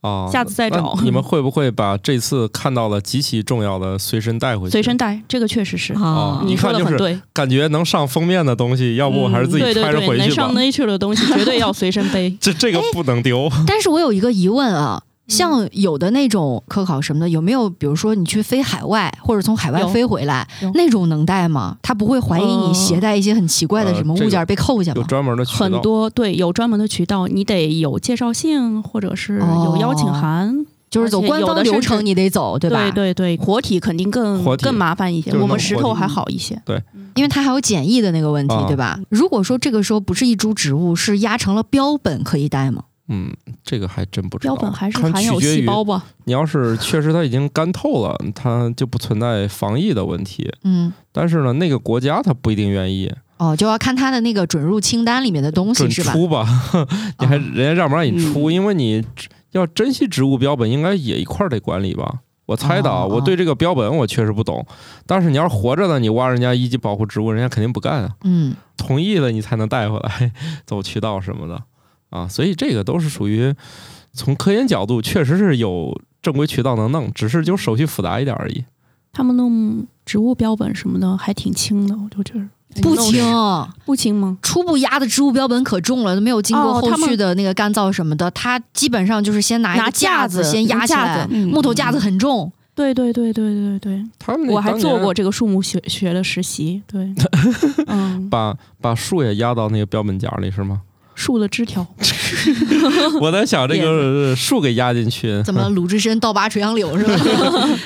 [SPEAKER 1] 哦，
[SPEAKER 4] 下次再找
[SPEAKER 1] 那你们会不会把这次看到了极其重要的随身带回去？
[SPEAKER 4] 随身带这个确实是，
[SPEAKER 1] 哦
[SPEAKER 4] 你
[SPEAKER 1] 一看
[SPEAKER 4] 说的
[SPEAKER 1] 就
[SPEAKER 4] 很
[SPEAKER 1] 是
[SPEAKER 4] 对。嗯
[SPEAKER 1] 感觉能上封面的东西，要不我还是自己
[SPEAKER 4] 对对
[SPEAKER 1] 揣着
[SPEAKER 4] 对，
[SPEAKER 1] 回
[SPEAKER 4] 能
[SPEAKER 1] 去吧。。
[SPEAKER 4] 上 Nature 的哎东西绝对要随身背
[SPEAKER 1] 这这个不能丢。
[SPEAKER 2] 但是我有一个疑问
[SPEAKER 4] 嗯
[SPEAKER 2] 啊。像有的那种科考什么的，有没有比如说你去飞海外，或者从海外
[SPEAKER 4] 有
[SPEAKER 2] 飞回来
[SPEAKER 4] 有
[SPEAKER 2] 那种能带吗？他不会怀疑你携带一些很奇怪的
[SPEAKER 1] 呃
[SPEAKER 2] 什么
[SPEAKER 1] 这
[SPEAKER 2] 物
[SPEAKER 1] 个
[SPEAKER 4] 嗯
[SPEAKER 2] 件被扣下
[SPEAKER 1] 有
[SPEAKER 2] 吗？
[SPEAKER 1] 专门的渠道，
[SPEAKER 4] 很多对有专门的渠道，你得有介绍信或者是有邀请函，
[SPEAKER 2] 就是走
[SPEAKER 4] 而且
[SPEAKER 2] 官
[SPEAKER 4] 有的
[SPEAKER 2] 方
[SPEAKER 4] 甚
[SPEAKER 2] 流
[SPEAKER 4] 至
[SPEAKER 2] 程你得走，对吧？
[SPEAKER 4] 哦对对对，活体肯定更
[SPEAKER 1] 活体
[SPEAKER 4] 更麻烦一些
[SPEAKER 1] 就，是
[SPEAKER 4] 我们
[SPEAKER 1] 弄
[SPEAKER 4] 石
[SPEAKER 1] 活
[SPEAKER 4] 头
[SPEAKER 1] 体
[SPEAKER 4] 还好一些。
[SPEAKER 2] 因为它还有检疫的那个问题，
[SPEAKER 1] 啊
[SPEAKER 2] 对吧？如果说这个时候不是一株植物，是压成了标本，可以带吗？
[SPEAKER 1] 嗯，这个还真不知道。
[SPEAKER 4] 标本还是
[SPEAKER 1] 看
[SPEAKER 4] 含有
[SPEAKER 1] 取决
[SPEAKER 4] 细
[SPEAKER 1] 于
[SPEAKER 4] 胞吧？
[SPEAKER 1] 你要是确实它已经干透了，它就不存在防疫的问题。
[SPEAKER 2] 嗯，
[SPEAKER 1] 但是呢，那个国家它不一定愿意
[SPEAKER 2] 哦，就要看它的那个准入清单里面的东西
[SPEAKER 1] 准
[SPEAKER 2] 是吧？
[SPEAKER 1] 出吧，你还
[SPEAKER 2] 啊
[SPEAKER 1] 人家让不让你出？
[SPEAKER 4] 嗯
[SPEAKER 1] 因为你要珍惜植物标本，应该也一块儿得管理吧。我猜的啊，
[SPEAKER 2] 哦
[SPEAKER 1] 我对这个标本我确实不懂，但是你要是活着的，你挖人家一级保护植物，人家肯定不干啊。
[SPEAKER 2] 嗯，
[SPEAKER 1] 同意了你才能带回来， 走渠道什么的啊。所以这个都是属于从科研角度，确实是有正规渠道能弄，只是就手续复杂一点而已。
[SPEAKER 4] 他们弄植物标本什么的还挺轻的，我就觉得
[SPEAKER 2] 不哦
[SPEAKER 4] 弄
[SPEAKER 2] 轻，
[SPEAKER 4] 不轻吗？
[SPEAKER 2] 初步压的植物标本可重了，都没有经过
[SPEAKER 4] 哦
[SPEAKER 2] 后
[SPEAKER 4] 他们
[SPEAKER 2] 续的那个干燥什么的，它基本上就是先拿一个
[SPEAKER 4] 拿
[SPEAKER 2] 架
[SPEAKER 4] 架
[SPEAKER 2] 子
[SPEAKER 4] 子
[SPEAKER 2] 先压起
[SPEAKER 4] 拿
[SPEAKER 2] 来
[SPEAKER 4] 架，子嗯
[SPEAKER 2] 木头架子很重，
[SPEAKER 4] 对对对对对对，
[SPEAKER 1] 他们那
[SPEAKER 4] 我还
[SPEAKER 1] 当
[SPEAKER 4] 做
[SPEAKER 1] 年
[SPEAKER 4] 过这个树木学学的实习， 对，嗯，
[SPEAKER 1] 把把树也压到那个标本夹里是吗？
[SPEAKER 4] 树的枝条，
[SPEAKER 1] 我在想这
[SPEAKER 4] 叶
[SPEAKER 1] 个树给压进去，
[SPEAKER 2] 怎么鲁智深倒拔垂杨柳是吧？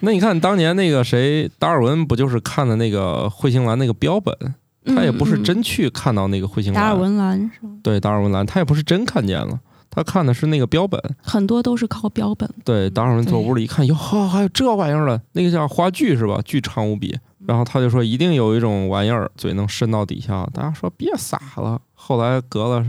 [SPEAKER 1] 那你看当年那个谁达尔文不就是看的那个彗星兰那个标本，他也不是
[SPEAKER 4] 嗯嗯
[SPEAKER 1] 真去看到那个彗星兰，
[SPEAKER 4] 达尔文兰是吧？
[SPEAKER 1] 对达尔文兰，他也不是真看见了。他看的是那个标本，
[SPEAKER 4] 很多都是靠标本，
[SPEAKER 1] 对，达尔文坐
[SPEAKER 2] 对
[SPEAKER 1] 屋里一看，哟呵，还有这玩意儿了，那个叫花锯是吧？巨长无比。
[SPEAKER 4] 嗯
[SPEAKER 1] 然后他就说，一定有一种玩意儿嘴能伸到底下。大家说别撒了。后来隔了，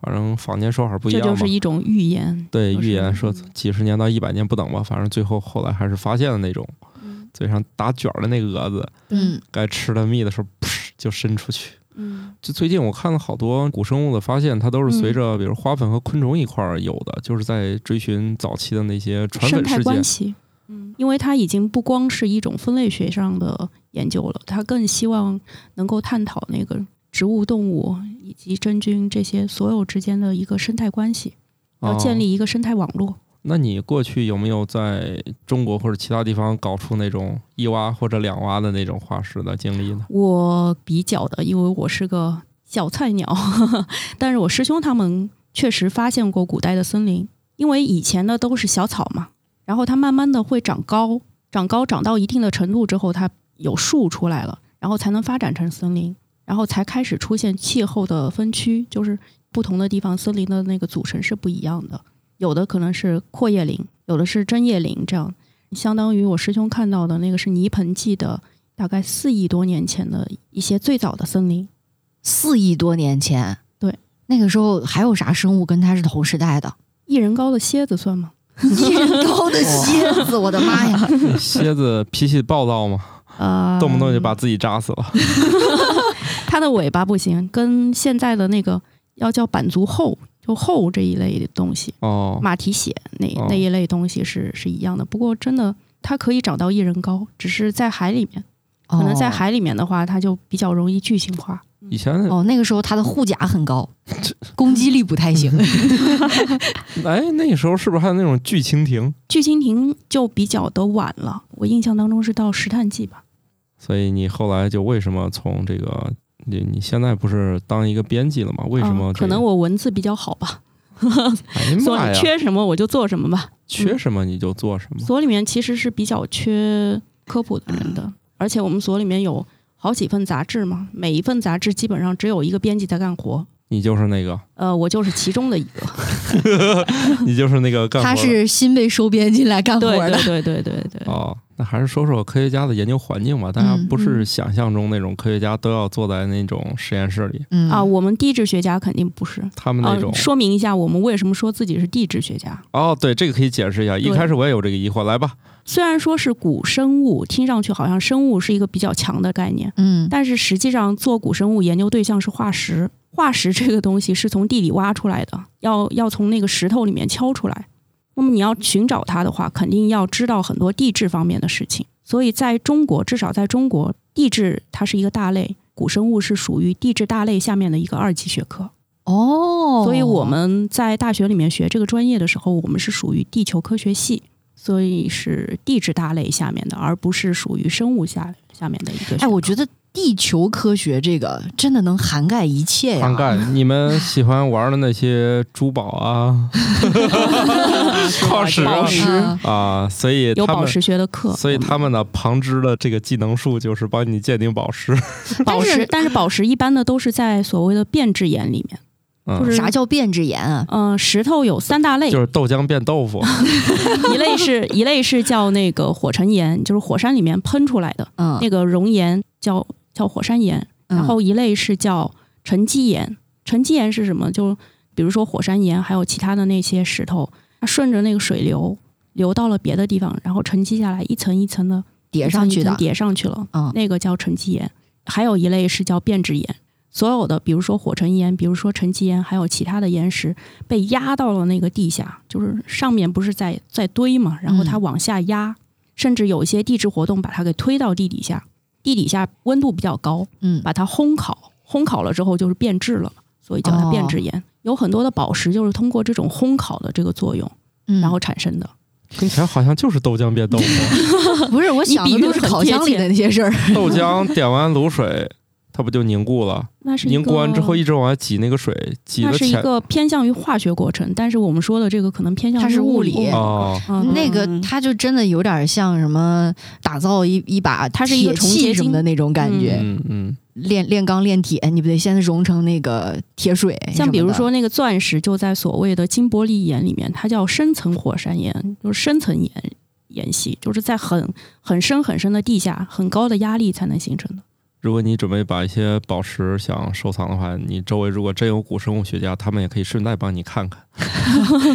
[SPEAKER 1] 反正坊间说法不一
[SPEAKER 4] 这
[SPEAKER 1] 样
[SPEAKER 4] 就
[SPEAKER 1] 嘛
[SPEAKER 4] 是。一种预言。
[SPEAKER 1] 对，
[SPEAKER 4] 就
[SPEAKER 1] 预
[SPEAKER 4] 是
[SPEAKER 1] 言说
[SPEAKER 4] 嗯
[SPEAKER 1] 几十年到一百年不等吧，反正最后后来还是发现了那种
[SPEAKER 4] 嗯
[SPEAKER 1] 嘴上打卷儿的那个蛾子，
[SPEAKER 2] 嗯，
[SPEAKER 1] 该吃了蜜的时候，噗就伸出去。
[SPEAKER 4] 嗯，
[SPEAKER 1] 就最近我看了好多古生物的发现，它都是随
[SPEAKER 4] 嗯
[SPEAKER 1] 着比如花粉和昆虫一块儿有的，就是在追寻早期的那些传
[SPEAKER 4] 生
[SPEAKER 1] 粉
[SPEAKER 4] 态
[SPEAKER 1] 事件
[SPEAKER 4] 关。系，嗯，因为它已经不光是一种分类学上的研究了，它更希望能够探讨那个植物、动物以及真菌这些所有之间的一个生态关系，要
[SPEAKER 1] 哦
[SPEAKER 4] 建立一个生态网络。
[SPEAKER 1] 那你过去有没有在中国或者其他地方搞出那种一挖或者两挖的那种化石的经 历呢？
[SPEAKER 4] 我比较的，因为我是个小菜鸟， 但是我师兄他们确实发现过古代的森林，因为以前的都是小草嘛，然后它慢慢的会长高，长高长到一定的程度之后，它有树出来了，然后才能发展成森林，然后才开始出现气候的分区，就是不同的地方森林的那个组成是不一样的，有的可能是阔叶林，有的是针叶林，这样相当于我师兄看到的那个是泥盆纪的大概四亿多年前的一些最早的森林。
[SPEAKER 2] 四亿多年前，
[SPEAKER 4] 对，
[SPEAKER 2] 那个时候还有啥生物跟它是同时代的？
[SPEAKER 4] 一人高的蝎子算吗？
[SPEAKER 2] 一人高的蝎子，我的妈呀！
[SPEAKER 1] 蝎子脾气暴躁嘛，
[SPEAKER 4] 呃，
[SPEAKER 1] 啊动不动就把自己扎死了。
[SPEAKER 4] 它的尾巴不行，跟现在的那个要叫板足后，就后这一类的东西，
[SPEAKER 1] 哦，
[SPEAKER 4] 马蹄血那
[SPEAKER 1] 哦
[SPEAKER 4] 那一类东西是是一样的。不过真的，它可以长到一人高，只是在海里面，可能在海里面的话，它就比较容易巨型化。
[SPEAKER 1] 以前
[SPEAKER 2] 哦哦，那个时候它的护甲很高， 攻击力不太行。
[SPEAKER 1] 哎，那时候是不是还有那种巨蜻蜓？
[SPEAKER 4] 巨蜻蜓就比较的晚了，我印象当中是到石炭纪吧。
[SPEAKER 1] 所以你后来就为什么从这个你你现在不是当一个编辑了吗？为什么
[SPEAKER 4] 嗯
[SPEAKER 1] 这个、
[SPEAKER 4] 可能我文字比较好吧，
[SPEAKER 1] 哎呀
[SPEAKER 4] 所
[SPEAKER 1] 妈呀，
[SPEAKER 4] 以缺什么我就做什么吧。
[SPEAKER 1] 缺什么你就做什么，
[SPEAKER 4] 所里面其实是比较缺科普的人
[SPEAKER 1] 嗯
[SPEAKER 4] 的，而且我们所里面有好几份杂志嘛，每一份杂志基本上只有一个编辑在干活。
[SPEAKER 1] 你就是那个
[SPEAKER 4] 呃，我就是其中的一 个。
[SPEAKER 1] 你就是那个 干活
[SPEAKER 2] 他
[SPEAKER 1] 的
[SPEAKER 2] 是新被收编进来干活
[SPEAKER 4] 对
[SPEAKER 2] 的，
[SPEAKER 4] 对对对对对。
[SPEAKER 1] 哦，那还是说说科学家的研究环境吧。大家
[SPEAKER 2] 嗯
[SPEAKER 1] 不是
[SPEAKER 4] 嗯
[SPEAKER 1] 想象中那种科学家都要坐在那种实验室里，
[SPEAKER 2] 嗯
[SPEAKER 4] 啊，我们地质学家肯定不是。
[SPEAKER 1] 他们
[SPEAKER 4] 啊
[SPEAKER 1] 那，种
[SPEAKER 4] 说明一下，我们为什么说自己是地质学家？
[SPEAKER 1] 哦，对，这个可以解释一下。一
[SPEAKER 4] 对
[SPEAKER 1] 开始我也有这个疑惑，来吧，
[SPEAKER 4] 虽然说是古生物，听上去好像生物是一个比较强的概念，
[SPEAKER 2] 嗯
[SPEAKER 4] 但是实际上做古生物研究对象是化石。化石这个东西是从地里挖出来的，要要从那个石头里面敲出来。那么你要寻找它的话，肯定要知道很多地质方面的事情。所以在中国，至少在中国，地质它是一个大类，古生物是属于地质大类下面的一个二级学科。
[SPEAKER 2] 哦，
[SPEAKER 4] 所以我们在大学里面学这个专业的时候，我们是属于地球科学系，所以是地质大类下面的，而不是属于生物下下面的一个学科。
[SPEAKER 2] 哎，我觉得地球科学这个真的能涵盖一切呀，
[SPEAKER 1] 涵 盖你们喜欢玩的那些珠宝啊矿石啊
[SPEAKER 4] 宝石
[SPEAKER 2] 嗯
[SPEAKER 1] 啊，所以
[SPEAKER 4] 有
[SPEAKER 1] 他
[SPEAKER 4] 宝
[SPEAKER 1] 们。
[SPEAKER 4] 石学的课，嗯
[SPEAKER 1] 所以他们呢，旁支的这个技能树就是帮你鉴定宝石。
[SPEAKER 4] 嗯宝
[SPEAKER 2] 但
[SPEAKER 4] 石
[SPEAKER 2] 是，
[SPEAKER 4] 但是宝石一般的都是在所谓的变质岩里面，
[SPEAKER 1] 嗯
[SPEAKER 4] 就，是
[SPEAKER 2] 啥叫变质岩啊？
[SPEAKER 4] 嗯、石头有三大类
[SPEAKER 1] 就，是豆浆变豆 腐，
[SPEAKER 4] 一 类是一类是叫那个火成岩，就是火山里面喷出来的
[SPEAKER 2] 嗯，
[SPEAKER 4] 那个熔岩叫叫火山岩，然后一类是叫沉积岩。沉积岩是什么？就比如说火山岩，还有其他的那些石头，它顺着那个水流流到了别的地方，然后沉积下来，一层一层的
[SPEAKER 2] 叠上去的，
[SPEAKER 4] 叠上去了。
[SPEAKER 2] 嗯
[SPEAKER 4] 那个叫沉积岩。还有一类是叫变质岩。所有的，比如说火成岩，比如说沉积岩，还有其他的岩石，被压到了那个地下，就是上面不是在在堆嘛，然后它
[SPEAKER 2] 嗯
[SPEAKER 4] 往下压，甚至有一些地质活动把它给推到地底下，地底下温度比较高，
[SPEAKER 2] 嗯
[SPEAKER 4] 把它烘烤，烘烤了之后就是变质了，所以叫它
[SPEAKER 2] 哦
[SPEAKER 4] 变质岩。有很多的宝石就是通过这种烘烤的这个作用，
[SPEAKER 2] 嗯，
[SPEAKER 4] 然后产生的。
[SPEAKER 1] 听起来好像就是豆浆变豆 腐。
[SPEAKER 2] 不是我想的都是烤箱里的那些事儿，
[SPEAKER 1] 豆浆点完卤水，它不就凝固了？
[SPEAKER 4] 那是一个
[SPEAKER 1] 凝固完之后一直往外挤那个水，挤
[SPEAKER 4] 那
[SPEAKER 1] 的
[SPEAKER 4] 是一
[SPEAKER 1] 前
[SPEAKER 4] 个偏向于化学过程，但是我们说的这个可能偏向
[SPEAKER 2] 它
[SPEAKER 4] 于
[SPEAKER 2] 是物
[SPEAKER 4] 理。
[SPEAKER 2] 理
[SPEAKER 1] 哦，
[SPEAKER 4] 嗯
[SPEAKER 2] 那个它就真的有点像什么打造一一把
[SPEAKER 4] 它是一个
[SPEAKER 2] 铁
[SPEAKER 4] 重
[SPEAKER 2] 器
[SPEAKER 4] 结
[SPEAKER 2] 什么
[SPEAKER 4] 晶
[SPEAKER 2] 的那种感觉，
[SPEAKER 1] 嗯嗯，
[SPEAKER 2] 炼炼钢炼铁，你不得先熔成那个铁水什么的？
[SPEAKER 4] 像比如说那个钻石，就在所谓的金伯利岩里面，它叫深层火山岩，就是深层岩岩系，就是在很很深很深的地下，很高的压力才能形成的。
[SPEAKER 1] 如果你准备把一些宝石想收藏的话，你周围如果真有古生物学家，他们也可以顺带帮你看 看。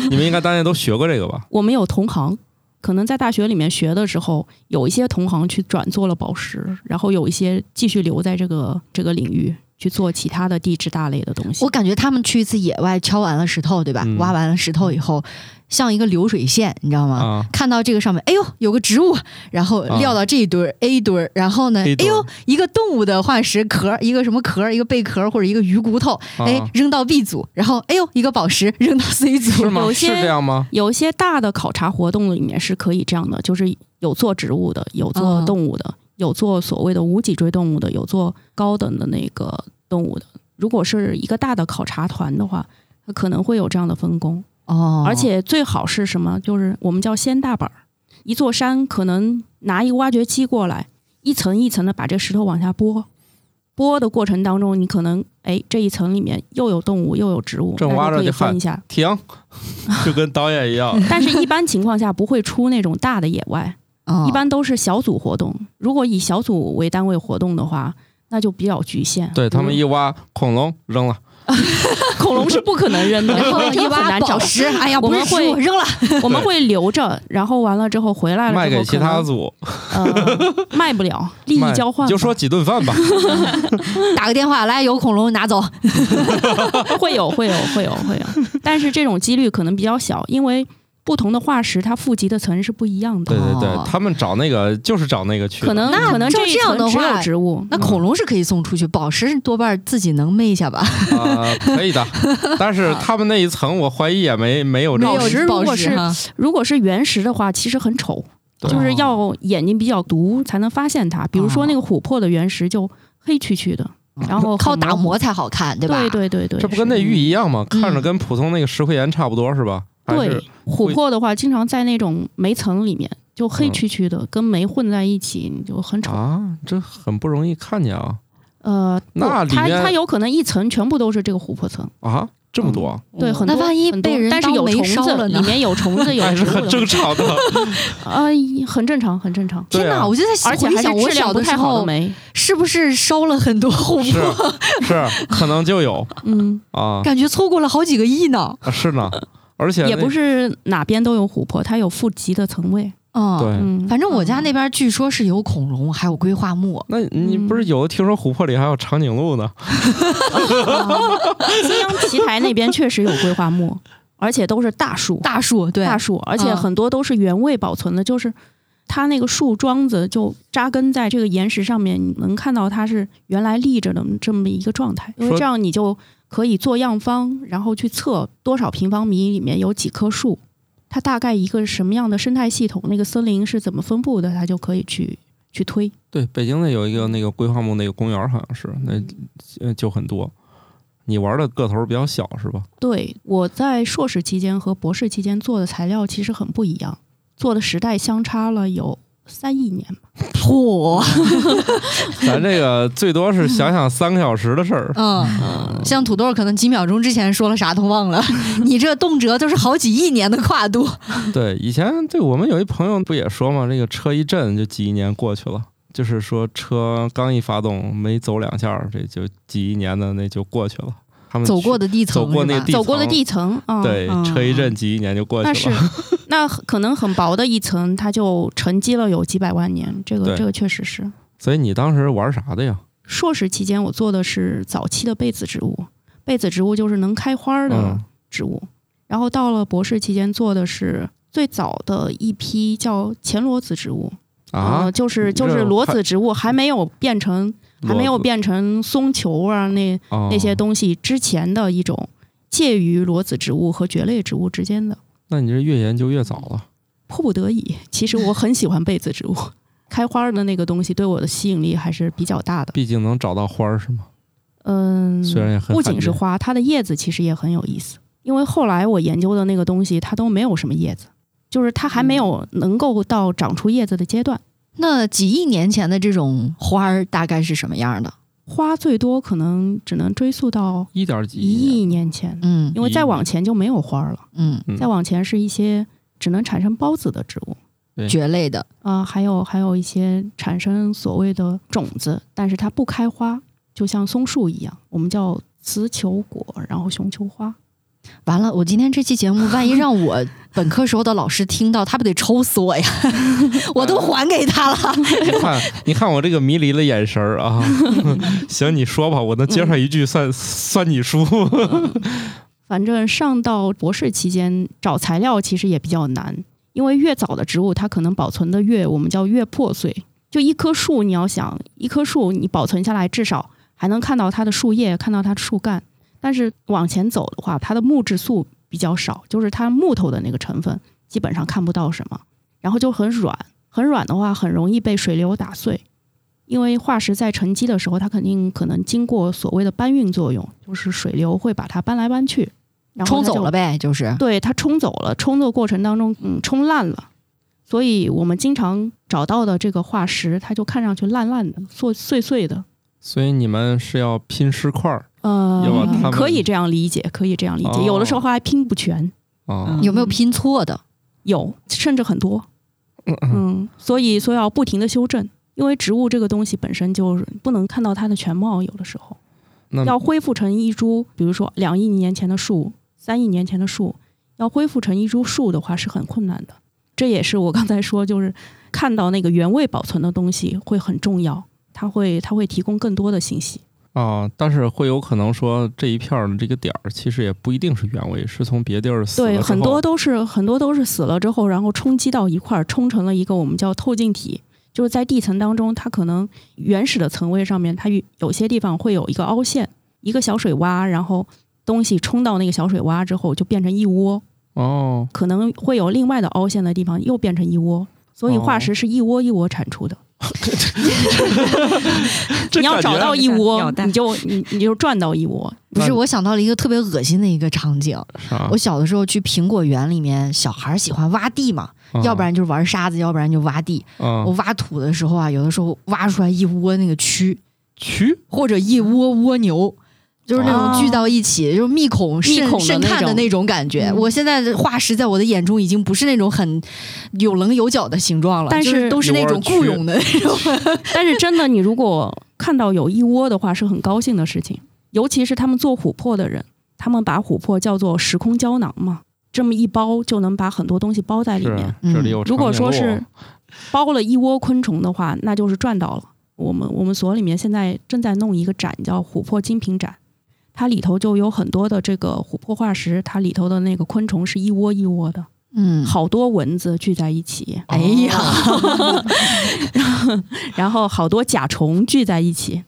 [SPEAKER 1] 你们应该当年都学过这个吧？
[SPEAKER 4] 我们有同行，可能在大学里面学的时候，有一些同行去转做了宝石，然后有一些继续留在这个这个领域去做其他的地质大类的东西
[SPEAKER 2] 我。感觉他们去一次野外敲完了石头，对吧？
[SPEAKER 1] 嗯
[SPEAKER 2] 挖完了石头以后，像一个流水线，你知道吗？
[SPEAKER 1] 啊，
[SPEAKER 2] 看到这个上面，哎呦，有个植物，然后
[SPEAKER 1] 啊
[SPEAKER 2] 撂到这一堆儿、A 堆儿，然后呢，
[SPEAKER 1] A
[SPEAKER 2] 哎
[SPEAKER 1] 堆儿
[SPEAKER 2] 呦，一个动物的化石壳，一个什么壳，一个贝壳或者一个鱼骨头，
[SPEAKER 1] 啊
[SPEAKER 2] 哎，扔到 B 组，然后哎呦，一个宝石扔到 C
[SPEAKER 1] 是
[SPEAKER 2] 组，
[SPEAKER 1] 吗？
[SPEAKER 4] 有
[SPEAKER 1] 是
[SPEAKER 4] 些
[SPEAKER 1] 这样吗？
[SPEAKER 4] 有一些大的考察活动里面是可以这样的，就是有做植物的，有做
[SPEAKER 2] 嗯
[SPEAKER 4] 动物的，有做所谓的无脊椎动物的，有做高等的那个动物的。如果是一个大的考察团的话，它可能会有这样的分工，
[SPEAKER 2] 哦
[SPEAKER 4] 而且最好是什么？就是我们叫掀大板儿，一座山可能拿一个挖掘机过来，一层一层的把这石头往下拨。拨的过程当中，你可能哎，这一层里面又有动物又有植物，
[SPEAKER 1] 正
[SPEAKER 4] 大家
[SPEAKER 1] 挖着
[SPEAKER 4] 可以
[SPEAKER 1] 就看
[SPEAKER 4] 分一下，
[SPEAKER 1] 停， 就跟导演一 样。
[SPEAKER 4] 但是，一般情况下不会出那种大的野外，
[SPEAKER 2] 哦
[SPEAKER 4] 一般都是小组活动。如果以小组为单位活动的话，那就比较局限。
[SPEAKER 1] 对他
[SPEAKER 2] 嗯
[SPEAKER 1] 们
[SPEAKER 4] 比
[SPEAKER 1] 一挖恐龙扔了，
[SPEAKER 4] 如恐龙是不可能 扔的，
[SPEAKER 2] 然后
[SPEAKER 4] 因为
[SPEAKER 2] 哦一
[SPEAKER 4] 真的很
[SPEAKER 2] 挖
[SPEAKER 4] 难
[SPEAKER 2] 宝
[SPEAKER 4] 找。
[SPEAKER 2] 石，哎呀，
[SPEAKER 4] 我
[SPEAKER 2] 不
[SPEAKER 4] 们
[SPEAKER 2] 是
[SPEAKER 4] 会
[SPEAKER 2] 石，我 扔了，
[SPEAKER 4] 我们会留着，然后完了之后回来了之后
[SPEAKER 1] 卖给其他
[SPEAKER 4] 可
[SPEAKER 1] 组，
[SPEAKER 4] 能呃 卖不了，利益
[SPEAKER 1] 卖
[SPEAKER 4] 交换
[SPEAKER 1] 你就说几顿饭 吧。
[SPEAKER 2] 打个电话来，有恐龙拿走，
[SPEAKER 4] 会有会有会有会 有，但是这种几率可能比较小，因为不同的化石它富集的层是不一样的
[SPEAKER 1] 对，对
[SPEAKER 2] 哦
[SPEAKER 1] 对，他们找那个就是找那个去的。
[SPEAKER 4] 可能
[SPEAKER 2] 那
[SPEAKER 4] 可能
[SPEAKER 2] 照
[SPEAKER 4] 这一
[SPEAKER 2] 这样
[SPEAKER 4] 层
[SPEAKER 2] 的
[SPEAKER 4] 只
[SPEAKER 2] 话
[SPEAKER 4] 有植物，
[SPEAKER 1] 嗯
[SPEAKER 2] 那恐龙是可以送出去，宝石多半自己能昧一下吧。
[SPEAKER 1] 啊，可以 的，但是他们那一层我怀疑也没没有这
[SPEAKER 4] 没
[SPEAKER 1] 个
[SPEAKER 4] 有
[SPEAKER 2] 宝石
[SPEAKER 4] 如果
[SPEAKER 2] 宝石
[SPEAKER 4] 是
[SPEAKER 2] 哈
[SPEAKER 4] 如果是原石的话，其实很丑，
[SPEAKER 1] 对
[SPEAKER 4] 就是要眼睛比较毒才能发现它。比如说那个琥珀的原石就黑黢黢的，然后
[SPEAKER 2] 靠
[SPEAKER 4] 很
[SPEAKER 2] 打
[SPEAKER 4] 模糊
[SPEAKER 2] 磨才好看，对吧？
[SPEAKER 4] 对对对对，
[SPEAKER 1] 嗯这不跟
[SPEAKER 4] 是
[SPEAKER 1] 那玉一样吗？
[SPEAKER 2] 嗯
[SPEAKER 1] 看着跟普通那个石灰岩差不多是吧？还是
[SPEAKER 4] 对琥
[SPEAKER 1] 会
[SPEAKER 4] 珀的话，经常在那种煤层里面，就黑黢黢的，跟煤混在一起，你就很丑。
[SPEAKER 1] 啊，这很不容易看见啊
[SPEAKER 4] 呃，不
[SPEAKER 1] 那里
[SPEAKER 4] 它
[SPEAKER 1] 面
[SPEAKER 4] 它有可能一层全部都是这个琥珀层，
[SPEAKER 1] 啊，这么多，
[SPEAKER 4] 对，很
[SPEAKER 2] 哦那
[SPEAKER 4] 多
[SPEAKER 2] 万一
[SPEAKER 4] 很
[SPEAKER 2] 被
[SPEAKER 4] 多
[SPEAKER 2] 人
[SPEAKER 4] 但是
[SPEAKER 2] 当
[SPEAKER 4] 有
[SPEAKER 2] 煤
[SPEAKER 4] 虫
[SPEAKER 2] 烧
[SPEAKER 4] 子，
[SPEAKER 2] 了呢
[SPEAKER 4] 里面有虫子，有
[SPEAKER 1] 还
[SPEAKER 4] 植
[SPEAKER 1] 是
[SPEAKER 4] 物
[SPEAKER 1] 很
[SPEAKER 4] 的，
[SPEAKER 1] 正 常的。
[SPEAKER 4] 呃，很正常，很正常。
[SPEAKER 1] 对
[SPEAKER 2] 天
[SPEAKER 1] 啊
[SPEAKER 2] 哪！我就在
[SPEAKER 4] 而且
[SPEAKER 2] 回
[SPEAKER 4] 还
[SPEAKER 2] 想
[SPEAKER 4] 是
[SPEAKER 2] 我
[SPEAKER 4] 质量
[SPEAKER 2] 小
[SPEAKER 4] 不
[SPEAKER 2] 的时
[SPEAKER 4] 太好的
[SPEAKER 2] 候，
[SPEAKER 4] 煤，
[SPEAKER 2] 是不是烧了很多 琥
[SPEAKER 1] 是
[SPEAKER 2] 珀？
[SPEAKER 1] 是，可能就有
[SPEAKER 4] 嗯，
[SPEAKER 1] 啊，
[SPEAKER 2] 感觉错过了好几个亿呢。
[SPEAKER 1] 啊是呢，而且
[SPEAKER 4] 也
[SPEAKER 1] 啊那
[SPEAKER 4] 不是哪边都有琥珀，它有富集的层位。
[SPEAKER 2] 嗯，
[SPEAKER 1] 对。
[SPEAKER 4] 嗯，
[SPEAKER 2] 反正我家
[SPEAKER 4] 嗯
[SPEAKER 2] 那边据说是有恐龙，还有硅化木。
[SPEAKER 1] 那你不是
[SPEAKER 4] 嗯
[SPEAKER 1] 有的听说琥珀里还有长颈鹿呢？
[SPEAKER 4] 新疆奇台那边确实有硅化木，而且都是大树，
[SPEAKER 2] 大树对，
[SPEAKER 4] 大树，而且
[SPEAKER 2] 嗯
[SPEAKER 4] 很多都是原位保存的，就是它那个树桩子就扎根在这个岩石上面，你能看到它是原来立着的这么一个状态，因为
[SPEAKER 1] 说
[SPEAKER 4] 这样你就可以做样方，然后去测多少平方米里面有几棵树，它大概一个什么样的生态系统，那个森林是怎么分布的，它就可以去去推。
[SPEAKER 1] 对，北京的有一个那个规划木那个公园，好像是那呃就很多。你玩的个头比较小 是吧？
[SPEAKER 4] 对，我在硕士期间和博士期间做的材料其实很不一样，做的时代相差了有三亿年吧。
[SPEAKER 2] 嚯，，
[SPEAKER 1] 咱这个最多是想想三个小时的事儿
[SPEAKER 2] 嗯，像土豆可能几秒钟之前说了啥都忘 了，你这动辄就是好几亿年的跨度。
[SPEAKER 1] 对，以前对我们有一朋友不也说嘛，这个车一震就几亿年过去了，就是说车刚一发动没走两下儿，这就几亿年的那就过去了。他们
[SPEAKER 2] 走
[SPEAKER 1] 嗯去
[SPEAKER 2] 过的地层，
[SPEAKER 1] 走过那
[SPEAKER 2] 是
[SPEAKER 1] 个
[SPEAKER 2] 吧
[SPEAKER 1] 地
[SPEAKER 4] 走过的
[SPEAKER 1] 层
[SPEAKER 4] 地层，嗯、
[SPEAKER 1] 对、
[SPEAKER 4] 嗯
[SPEAKER 1] 车一震几亿年就过
[SPEAKER 4] 那
[SPEAKER 1] 去
[SPEAKER 4] 是
[SPEAKER 1] 了。
[SPEAKER 4] 那可能很薄的一层，它就沉积了有几百万年。这
[SPEAKER 1] 对
[SPEAKER 4] 个这个确实是。
[SPEAKER 1] 所以你当时玩啥的呀？
[SPEAKER 4] 硕士期间我做的是早期的被子植物，被子植物就是能开花的
[SPEAKER 1] 嗯
[SPEAKER 4] 植物。然后到了博士期间做的是最早的一批叫前裸子植物
[SPEAKER 1] 啊
[SPEAKER 4] 呃，就是就
[SPEAKER 1] 这
[SPEAKER 4] 是裸
[SPEAKER 1] 还
[SPEAKER 4] 子植物还没有变成还没有
[SPEAKER 1] 裸子
[SPEAKER 4] 变成松球啊那
[SPEAKER 1] 哦
[SPEAKER 4] 那些东西之前的一种介于裸子植物和蕨类植物之间的。
[SPEAKER 1] 那你这越研究越早了。
[SPEAKER 4] 迫不得已，其实我很喜欢被子植物，开花的那个东西对我的吸引力还是比较大的。
[SPEAKER 1] 毕竟能找到花儿是吗？
[SPEAKER 4] 嗯，
[SPEAKER 1] 虽然也很
[SPEAKER 4] 不
[SPEAKER 1] 罕
[SPEAKER 4] 仅是
[SPEAKER 1] 见
[SPEAKER 4] 花，它的叶子其实也很有意思。因为后来我研究的那个东西，它都没有什么叶子，就是它还没有能够到长出叶子的阶段。
[SPEAKER 2] 那几亿年前的这种花儿大概是什么样的？
[SPEAKER 4] 花最多可能只能追溯到
[SPEAKER 1] 一点几
[SPEAKER 4] 一
[SPEAKER 1] 亿
[SPEAKER 4] 亿年前，
[SPEAKER 2] 嗯
[SPEAKER 4] 因为再往前就没有花了。
[SPEAKER 2] 嗯，
[SPEAKER 1] 嗯
[SPEAKER 4] 再往前是一些只能产生孢子的植物。
[SPEAKER 1] 对
[SPEAKER 2] 蕨类的，
[SPEAKER 4] 啊、还有还有一些产生所谓的种子，但是它不开花，就像松树一样，我们叫雌球果，然后雄球花。
[SPEAKER 2] 完了，我今天这期节目，万一让我本科时候的老师听到，他不得抽死我呀！ 我都还给他了。
[SPEAKER 1] 你看， 你看我这个迷离的眼神儿 啊！行，你说吧，我能接上一句算、算你输。
[SPEAKER 4] 反正上到博士期间找材料其实也比较难，因为越早的植物它可能保存的越我们叫越破碎。就一棵树，你要想一棵树你保存下来，至少还能看到它的树叶，看到它的树干。但是往前走的话，它的木质素比较少，就是它木头的那个成分基本上看不到什么，然后就很软，很软的话很容易被水流打碎。因为化石在沉积的时候，它肯定可能经过所谓的搬运作用，就是水流会把它搬来搬去，然后
[SPEAKER 2] 冲
[SPEAKER 4] 它
[SPEAKER 2] 走
[SPEAKER 4] 就
[SPEAKER 2] 了呗， 就是
[SPEAKER 4] 对，它冲走了，冲的过程当中，嗯，冲烂了。所以我们经常找到的这个化石，它就看上去烂烂的、碎碎碎的。
[SPEAKER 1] 所以你们是要拼尸块儿要把它
[SPEAKER 4] 呃
[SPEAKER 1] 们，
[SPEAKER 4] 可以这样理解，可以这样理解。有的时候还拼不全，
[SPEAKER 1] 啊？
[SPEAKER 2] 有没有拼错的？
[SPEAKER 4] 有甚至很多。
[SPEAKER 1] 嗯
[SPEAKER 4] 嗯，所以所以要不停的修正，因为植物这个东西本身就是不能看到它的全貌，有的时候
[SPEAKER 1] 那
[SPEAKER 4] 要恢复成一株，比如说两亿年前的树、三亿年前的树，要恢复成一株树的话是很困难的。这也是我刚才说，就是看到那个原位保存的东西会很重要，它会它会提供更多的信息。
[SPEAKER 1] 啊，但是会有可能说这一片儿的这个点儿其实也不一定是原位，是从别地儿死了
[SPEAKER 4] 对，
[SPEAKER 1] 之
[SPEAKER 4] 很
[SPEAKER 1] 后
[SPEAKER 4] 多都是很多都是死了之后，然后冲击到一块儿，冲成了一个我们叫透镜体，就是在地层当中，它可能原始的层位上面，它有有些地方会有一个凹陷，一个小水洼，然后东西冲到那个小水洼之后，就变成一窝，
[SPEAKER 1] 哦，
[SPEAKER 4] 可能会有另外的凹陷的地方又变成一窝，所
[SPEAKER 1] 哦
[SPEAKER 4] 以化石是一窝一窝产 出的。
[SPEAKER 1] 这
[SPEAKER 4] 你要
[SPEAKER 1] 感觉
[SPEAKER 4] 找到一
[SPEAKER 6] 鸟
[SPEAKER 4] 窝，
[SPEAKER 6] 蛋
[SPEAKER 4] 你就你你就赚到一窝。
[SPEAKER 2] 不是，
[SPEAKER 1] 那啊
[SPEAKER 2] 我想到了一个特别恶心的一个场景。
[SPEAKER 1] 啥
[SPEAKER 2] 我小的时候去苹果园里面，小孩儿喜欢挖地嘛，
[SPEAKER 1] 嗯
[SPEAKER 2] 要不然就是玩沙子，要不然就挖地。
[SPEAKER 1] 啊
[SPEAKER 2] 我挖土的时候啊，有的时候挖出来一窝那个蛆，
[SPEAKER 1] 蛆
[SPEAKER 2] 或者一窝蜗牛。就是那种
[SPEAKER 4] 哦
[SPEAKER 2] 聚到一起，就是密孔
[SPEAKER 4] 密
[SPEAKER 2] 深
[SPEAKER 4] 孔的
[SPEAKER 2] 深
[SPEAKER 4] 那
[SPEAKER 2] 看的
[SPEAKER 4] 种
[SPEAKER 2] 那种感觉。
[SPEAKER 4] 嗯
[SPEAKER 2] 我现在的化石在我的眼中已经不是那种很有棱有角的形状了，
[SPEAKER 4] 但
[SPEAKER 2] 就是都是
[SPEAKER 1] 有
[SPEAKER 2] 那
[SPEAKER 1] 点
[SPEAKER 2] 种
[SPEAKER 1] 蛆
[SPEAKER 2] 固有的那种。
[SPEAKER 4] 但是真的，你如果看到有一窝的话，是很高兴的事情。尤其是他们做琥 珀的人，他们把琥珀叫做时空胶囊嘛，这么一包就能把很多东西包在里
[SPEAKER 1] 是啊
[SPEAKER 4] 面。嗯
[SPEAKER 1] 这里有
[SPEAKER 4] 如果
[SPEAKER 1] 长颈
[SPEAKER 4] 说
[SPEAKER 1] 鹿
[SPEAKER 4] 是包了一窝昆虫的话，那就是赚到了。我们我们所里面现在正在弄一个展，叫琥珀精品展，它里头就有很多的这个琥珀化石，它里头的那个昆虫是一窝一窝的，
[SPEAKER 2] 嗯，
[SPEAKER 4] 好多蚊子聚在一起，
[SPEAKER 2] 哎
[SPEAKER 1] 哦
[SPEAKER 2] 呀，
[SPEAKER 4] 然后好多甲虫聚在一起，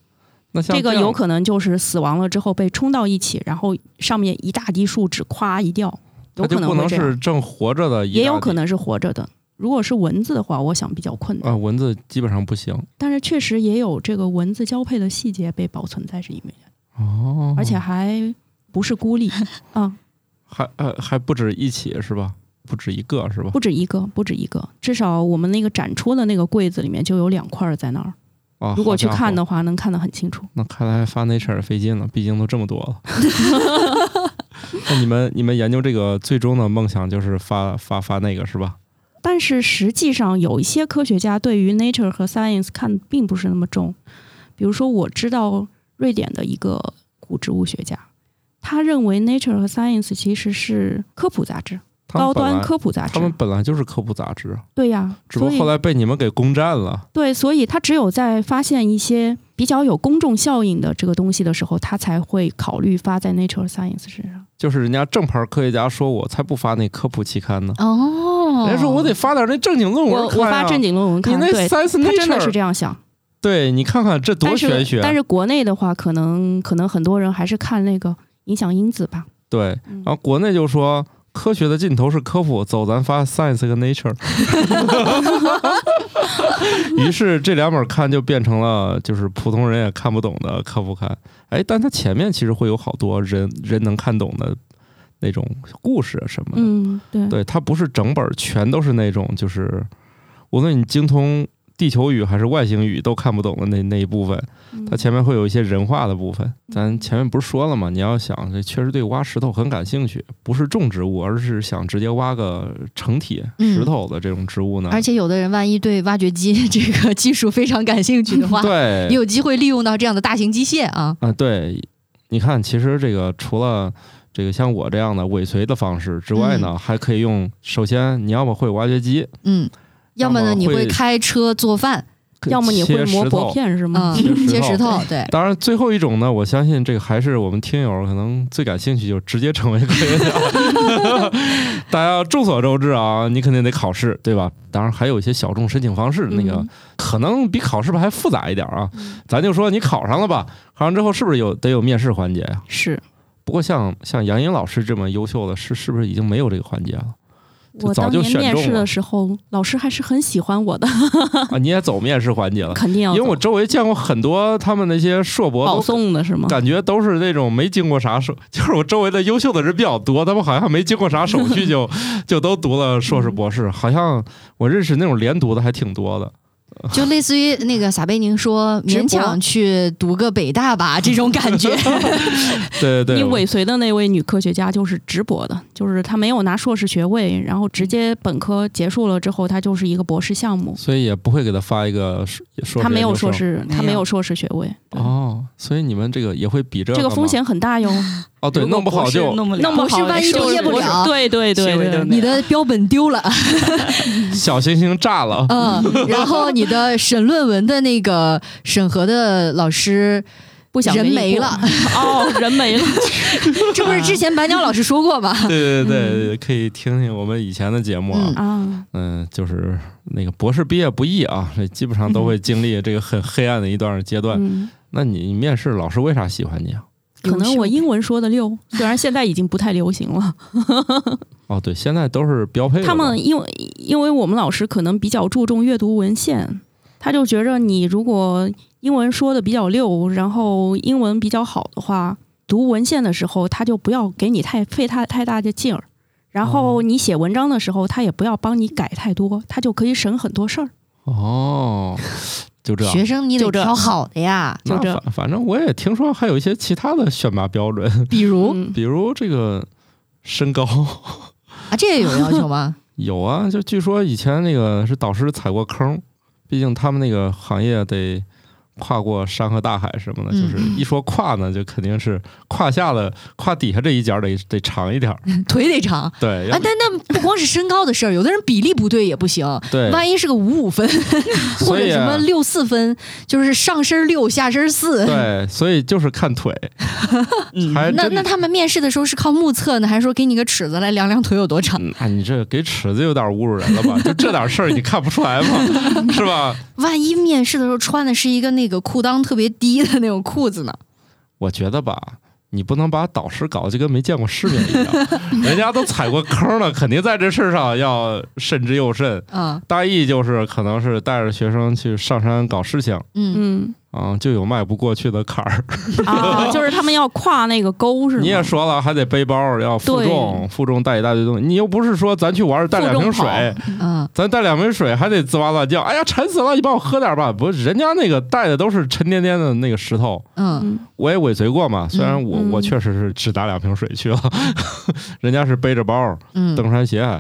[SPEAKER 1] 那像
[SPEAKER 4] 这个
[SPEAKER 1] 样
[SPEAKER 4] 有可能就是死亡了之后被冲到一起，然后上面一大滴树脂咵一掉，有
[SPEAKER 1] 它就
[SPEAKER 4] 可
[SPEAKER 1] 不
[SPEAKER 4] 能
[SPEAKER 1] 能
[SPEAKER 4] 会这样，
[SPEAKER 1] 是正活着的一大堆，
[SPEAKER 4] 也有可能是活着的。如果是蚊子的话，我想比较困难，
[SPEAKER 1] 啊，蚊子基本上不行
[SPEAKER 4] 但是确实也有这个蚊子交配的细节被保存在这里面，
[SPEAKER 1] 哦
[SPEAKER 4] 而且还不是孤立啊，
[SPEAKER 1] 还呃还不止一起是吧？不止一个是吧？
[SPEAKER 4] 不止一个，不止一个，至少我们那个展出的那个柜子里面就有两块儿在那儿，
[SPEAKER 1] 啊，
[SPEAKER 4] 如果
[SPEAKER 1] 好
[SPEAKER 4] 去
[SPEAKER 1] 家
[SPEAKER 4] 看
[SPEAKER 1] 伙，
[SPEAKER 4] 的话，能看得很清楚。
[SPEAKER 1] 那看来发 Nature 费劲了，毕竟都这么多了。 那你们你们研究这个最终的梦想就是发发发那个是吧？
[SPEAKER 4] 但是实际上，有一些科学家对于 Nature 和 Science 看并不是那么重。比如说，我知道瑞典的一个古植物学家，他认为 Nature 和 Science 其实是科普杂志，
[SPEAKER 1] 他们
[SPEAKER 4] 高
[SPEAKER 1] 本
[SPEAKER 4] 端
[SPEAKER 1] 来
[SPEAKER 4] 科普杂
[SPEAKER 1] 他们
[SPEAKER 4] 志。
[SPEAKER 1] 本来就是科普杂志，
[SPEAKER 4] 对呀，
[SPEAKER 1] 只不
[SPEAKER 4] 所
[SPEAKER 1] 过
[SPEAKER 4] 以
[SPEAKER 1] 后来被你们给攻占了。
[SPEAKER 4] 对，所以他只有在发现一些比较有公众效应的这个东西的时候，他才会考虑发在 Nature 和 Science 身上。
[SPEAKER 1] 就是人家正牌科学家说，我才不发那科普期刊呢。
[SPEAKER 2] 哦，
[SPEAKER 1] 人家哎说我得发点那正经论文、啊
[SPEAKER 4] 我我发正，经论文
[SPEAKER 1] 你
[SPEAKER 4] 看，
[SPEAKER 1] 那
[SPEAKER 4] 对，
[SPEAKER 1] Science
[SPEAKER 4] 他真的是
[SPEAKER 1] Nature，
[SPEAKER 4] 这样想。
[SPEAKER 1] 对你看看这多
[SPEAKER 4] 但是
[SPEAKER 1] 玄学。啊
[SPEAKER 4] 但是国内的话，可能可能很多人还是看那个影响因子吧。
[SPEAKER 1] 对，
[SPEAKER 4] 嗯
[SPEAKER 1] 然后国内就说科学的尽头是科普，走，咱发 Science 和 Nature。于是这两本看就变成了就是普通人也看不懂的科普看，哎，但它前面其实会有好多人人能看懂的那种故事什么的。
[SPEAKER 4] 嗯，对，
[SPEAKER 1] 对，它不是整本儿全都是那种就是，无论你精通地球语还是外星语都看不懂的那那一部分，它前面会有一些人化的部分。
[SPEAKER 4] 嗯
[SPEAKER 1] 咱前面不是说了吗？你要想这确实对挖石头很感兴趣，不是种植物，而是想直接挖个成体
[SPEAKER 2] 嗯
[SPEAKER 1] 石头的这种植物呢。
[SPEAKER 2] 而且有的人万一对挖掘机 这个技术非常感兴趣的话，也
[SPEAKER 1] 对，
[SPEAKER 2] 有机会利用到这样的大型机械啊。
[SPEAKER 1] 啊对，你看，其实这个除了。这个像我这样的尾随的方式之外
[SPEAKER 4] 嗯
[SPEAKER 1] 呢，还可以用。首先，你要么会挖掘机，
[SPEAKER 2] 嗯，要么
[SPEAKER 1] 要
[SPEAKER 2] 呢
[SPEAKER 1] 么
[SPEAKER 2] 你会
[SPEAKER 1] 会
[SPEAKER 2] 开车做饭，
[SPEAKER 4] 嗯要么你会
[SPEAKER 1] 切石
[SPEAKER 4] 磨
[SPEAKER 1] 头
[SPEAKER 4] 薄片是吗？
[SPEAKER 2] 嗯，切
[SPEAKER 1] 切
[SPEAKER 2] 石
[SPEAKER 1] 石
[SPEAKER 2] 头，对，
[SPEAKER 1] 当然，最后一种呢，我相信这个还是我们听友可能最感兴趣，就直接成为科 学家。大家众所周知啊，你肯定得考试，对吧？当然，还有一些小众申请方式，那个
[SPEAKER 4] 嗯
[SPEAKER 1] 可能比考试吧还复杂一点啊。咱就说你考上了吧，考上之后是不是有得有面试环节呀、
[SPEAKER 4] 是
[SPEAKER 1] 不过像像杨颖老师这么优秀的，是是不是已经没有这个环节了？就
[SPEAKER 4] 我
[SPEAKER 1] 早
[SPEAKER 4] 当
[SPEAKER 1] 就
[SPEAKER 4] 年
[SPEAKER 1] 选
[SPEAKER 4] 面
[SPEAKER 1] 中
[SPEAKER 4] 试
[SPEAKER 1] 了
[SPEAKER 4] 的时候，老师还是很喜欢我的，
[SPEAKER 1] 啊，你也走面试环节了？
[SPEAKER 4] 肯定 要
[SPEAKER 1] 因为我
[SPEAKER 4] 走
[SPEAKER 1] 周围见过很多他们那些硕博
[SPEAKER 4] 保
[SPEAKER 1] 都
[SPEAKER 4] 送的是吗？
[SPEAKER 1] 感觉都是那种没经过啥手， 就是我周围的优秀的人比较多，他们好像没经过啥手 续就就都读了硕士博士，好像我认识那种连读的还挺多的。
[SPEAKER 2] 就类似于那个撒贝宁说
[SPEAKER 4] 直播
[SPEAKER 2] 勉强去读个北大吧这种感 觉。
[SPEAKER 1] 对对
[SPEAKER 4] 你
[SPEAKER 1] 对，我
[SPEAKER 4] 尾随的那位女科学家就是直博的，就是她没有拿硕士学位，然后直接本科结束了之后，她就是一个博士项目，
[SPEAKER 1] 所以也不会给他发一个硕硕士
[SPEAKER 4] 她没有硕
[SPEAKER 1] 研究
[SPEAKER 4] 士，她
[SPEAKER 6] 没
[SPEAKER 4] 没
[SPEAKER 6] 有
[SPEAKER 4] 有硕士学位，
[SPEAKER 1] 生哦，所以你们这个也会比这
[SPEAKER 4] 这
[SPEAKER 1] 个
[SPEAKER 4] 个
[SPEAKER 1] 吗
[SPEAKER 4] 风险 很大哟，
[SPEAKER 1] 哦，对，
[SPEAKER 6] 如果
[SPEAKER 1] 弄不好
[SPEAKER 6] 博士
[SPEAKER 1] 就
[SPEAKER 6] 弄不了，
[SPEAKER 4] 弄不
[SPEAKER 2] 博士
[SPEAKER 4] 好
[SPEAKER 2] 万一
[SPEAKER 4] 硕
[SPEAKER 2] 毕
[SPEAKER 4] 士
[SPEAKER 2] 业不
[SPEAKER 4] 博士
[SPEAKER 2] 了
[SPEAKER 4] 对对对
[SPEAKER 6] 学位都
[SPEAKER 4] 对
[SPEAKER 6] 没。
[SPEAKER 2] 你的标本丢了，
[SPEAKER 1] 小行星炸 了。
[SPEAKER 2] 嗯，然后你的审论文的那个审核的老师，
[SPEAKER 4] 不想
[SPEAKER 2] 人
[SPEAKER 4] 给你
[SPEAKER 2] 没
[SPEAKER 4] 过
[SPEAKER 2] 了
[SPEAKER 4] 哦，人没了，
[SPEAKER 2] 这不是之前白鸟老师说过 吗？
[SPEAKER 1] 对对对
[SPEAKER 4] 嗯
[SPEAKER 1] 对，可以听听我们以前的节目啊
[SPEAKER 2] 嗯，
[SPEAKER 4] 啊，
[SPEAKER 1] 嗯、就是那个博士毕业不易啊，这基本上都会经历这个很黑暗的一段阶段。
[SPEAKER 4] 嗯，
[SPEAKER 1] 那你面试老师为啥喜欢你啊？
[SPEAKER 4] 可能我
[SPEAKER 2] 优秀
[SPEAKER 4] 英文说的溜，虽然现在已经不太流行了。
[SPEAKER 1] 哦，对，现在都是标配了吧。
[SPEAKER 4] 他们因为因为我们老师可能比较注重阅读文献，他就觉着你如果英文说的比较溜，然后英文比较好的话，读文献的时候他就不要给你太费太太大的劲儿，然
[SPEAKER 1] 哦
[SPEAKER 4] 后你写文章的时候他也不要帮你改太多，他就可以省很多事儿。
[SPEAKER 1] 哦，就这样。
[SPEAKER 2] 学生你得
[SPEAKER 4] 就这
[SPEAKER 2] 挑好的呀，
[SPEAKER 4] 就
[SPEAKER 1] 那
[SPEAKER 4] 这
[SPEAKER 1] 反反正我也听说还有一些其他的选拔标准，
[SPEAKER 2] 比如、
[SPEAKER 4] 嗯
[SPEAKER 1] 比如这个身高
[SPEAKER 2] 啊，这也有要求吗？
[SPEAKER 1] 有啊，就据说以前那个是导师踩过坑，毕竟他们那个行业得跨过山和大海什么的，
[SPEAKER 2] 嗯
[SPEAKER 1] 就是一说跨呢，就肯定是胯下的胯底下这一角得得长一点 儿，
[SPEAKER 2] 腿得长啊，
[SPEAKER 1] 对，要
[SPEAKER 2] 但那不光是身高的事儿，有的人比例不对也不行，
[SPEAKER 1] 对，
[SPEAKER 2] 哎万一是个五五分或
[SPEAKER 1] 所
[SPEAKER 2] 者
[SPEAKER 1] 以啊
[SPEAKER 2] 什么六四分，就是上身六下身四。
[SPEAKER 1] 对，所以就是看 腿，还
[SPEAKER 2] 嗯那
[SPEAKER 1] 真
[SPEAKER 2] 那他们面试的时候是靠目测呢，还是说给你个尺子来量量腿有多长？
[SPEAKER 1] 嗯啊，你这给尺子有点侮辱人了吧？就这点事儿你看不出来吗？是吧？
[SPEAKER 2] 万一面试的时候穿的是一个那个裤裆特别低的那种裤子呢？
[SPEAKER 1] 我觉得吧，你不能把导师搞得就跟没见过世面一样，人家都踩过坑了，肯定在这事上要慎之又慎。
[SPEAKER 2] 啊，
[SPEAKER 1] 大意就是可能是带着学生去上山搞事情
[SPEAKER 2] 嗯，
[SPEAKER 4] 嗯
[SPEAKER 1] 啊、就有迈不过去的坎儿。
[SPEAKER 4] 啊，就是他们要跨那个沟是吗？
[SPEAKER 1] 你也说了，还得背包，要负
[SPEAKER 4] 对
[SPEAKER 1] 重，负重带一大堆东西。你又不是说咱去玩儿带
[SPEAKER 4] 负
[SPEAKER 1] 两
[SPEAKER 4] 重
[SPEAKER 1] 瓶水，
[SPEAKER 4] 跑
[SPEAKER 2] 嗯，
[SPEAKER 1] 咱带两杯水还得滋哇乱叫，哎呀，馋死了！你帮我喝点吧。不是，人家那个带的都是沉甸甸的那个石头，
[SPEAKER 2] 嗯，
[SPEAKER 4] 嗯
[SPEAKER 1] 我也尾随过嘛。虽然我、
[SPEAKER 4] 嗯
[SPEAKER 1] 我确实是只拿两瓶水去了， 人家是背着包、
[SPEAKER 2] 嗯，
[SPEAKER 1] 登山鞋、啊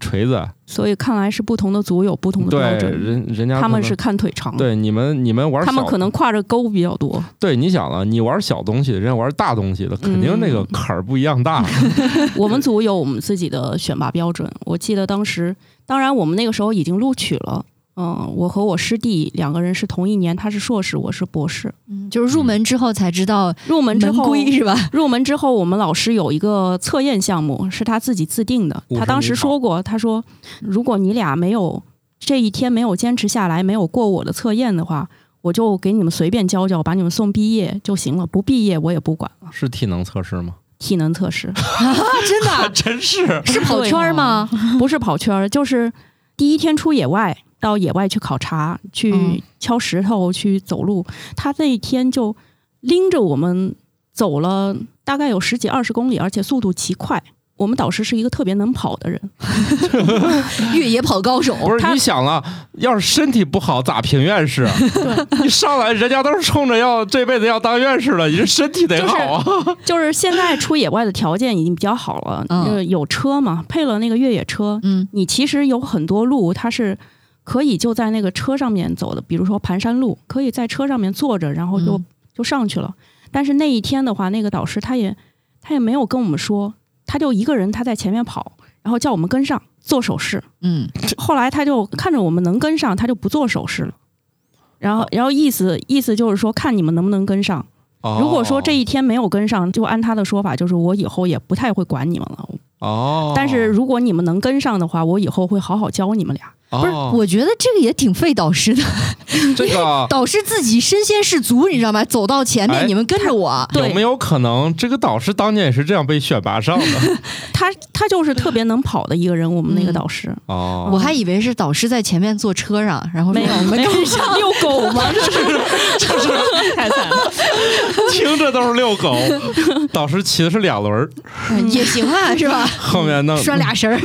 [SPEAKER 1] 锤子，
[SPEAKER 4] 所以看来是不同的组有不同的
[SPEAKER 1] 对，
[SPEAKER 4] 标准，
[SPEAKER 1] 人人家
[SPEAKER 4] 他们
[SPEAKER 1] 可能
[SPEAKER 4] 是看腿长，
[SPEAKER 1] 对你们你们玩小
[SPEAKER 4] 他们可能跨着沟比较多。
[SPEAKER 1] 对你想了，你玩小东西，人家玩大东西的，肯定那
[SPEAKER 4] 嗯
[SPEAKER 1] 个坎儿不一样大。
[SPEAKER 4] 我们组有我们自己的选拔标准。我记得当时，当然我们那个时候已经录取了。嗯，我和我师弟两个人是同一年，他是硕士，我是博士。
[SPEAKER 2] 就是入门之后才知道
[SPEAKER 4] 入门之
[SPEAKER 2] 门
[SPEAKER 4] 后，啊
[SPEAKER 2] 规是 吧？
[SPEAKER 4] 入门之后，我们老师有一个测验项目，是他自己自定的。
[SPEAKER 1] 50
[SPEAKER 4] 他当时说过，他说如果你俩没有这一天没有坚持下来，没有过我的测验的话，我就给你们随便教教，把你们送毕业就行了，不毕业我也不管了。
[SPEAKER 1] 是体能测试吗？
[SPEAKER 4] 体能测试，
[SPEAKER 2] 真
[SPEAKER 4] 啊
[SPEAKER 2] 的
[SPEAKER 1] 真是
[SPEAKER 2] 是跑圈儿吗？
[SPEAKER 4] 不是跑圈儿，就是第一天出野外，到野外去考察，
[SPEAKER 2] 嗯
[SPEAKER 4] 去敲石头，去走路。他那一天就拎着我们走了大概有十几二十公里，而且速度奇快。我们导师是一个特别能跑的人，
[SPEAKER 2] 越野跑高手，
[SPEAKER 1] 不是
[SPEAKER 4] 他
[SPEAKER 1] 你想了，要是身体不好咋评院 士？啊你上来人家都是冲着要这辈子要当院士了，你这身体得好啊！
[SPEAKER 4] 就是现在出野外的条件已经比较好了，
[SPEAKER 2] 嗯
[SPEAKER 4] 呃，有车嘛，配了那个越野车，
[SPEAKER 2] 嗯
[SPEAKER 4] 你其实有很多路它是可以就在那个车上面走的，比如说盘山路，可以在车上面坐着，然后就、
[SPEAKER 2] 嗯
[SPEAKER 4] 就上去了。但是那一天的话，那个导师他也他也没有跟我们说，他就一个人他在前面跑，然后叫我们跟上做手势。
[SPEAKER 2] 嗯，
[SPEAKER 4] 后来他就看着我们能跟上，他就不做手势了。然后，然后意思意思就是说，看你们能不能跟上。
[SPEAKER 1] 啊哦
[SPEAKER 4] 如果说这一天没有跟上，就按他的说法，就是我以后也不太会管你们了。
[SPEAKER 1] 哦，
[SPEAKER 4] 但是如果你们能跟上的话，我以后会好好教你们俩。
[SPEAKER 1] 不
[SPEAKER 2] 不是，我觉得这个也挺费导师的，
[SPEAKER 1] 哦 这 个
[SPEAKER 2] 导师自己身先士卒，你知道吗？走到前
[SPEAKER 1] 哎
[SPEAKER 2] 面，你们跟着我，
[SPEAKER 4] 对
[SPEAKER 1] 有没有可能这个导师当年也是这样被选拔上的？
[SPEAKER 4] 他他就是特别能跑的一个人，我们那个导师。
[SPEAKER 1] 哦，
[SPEAKER 2] 我还以为是导师在前面坐车上，然后说哎
[SPEAKER 4] 没有
[SPEAKER 2] 你们
[SPEAKER 4] 没有
[SPEAKER 2] 跟上，
[SPEAKER 4] 遛狗吗？这是这是 太惨了。
[SPEAKER 1] 听着都是遛 狗，导师骑的是俩轮儿，
[SPEAKER 2] 也行 啊，是吧？
[SPEAKER 1] 后面弄
[SPEAKER 2] 拴俩绳儿，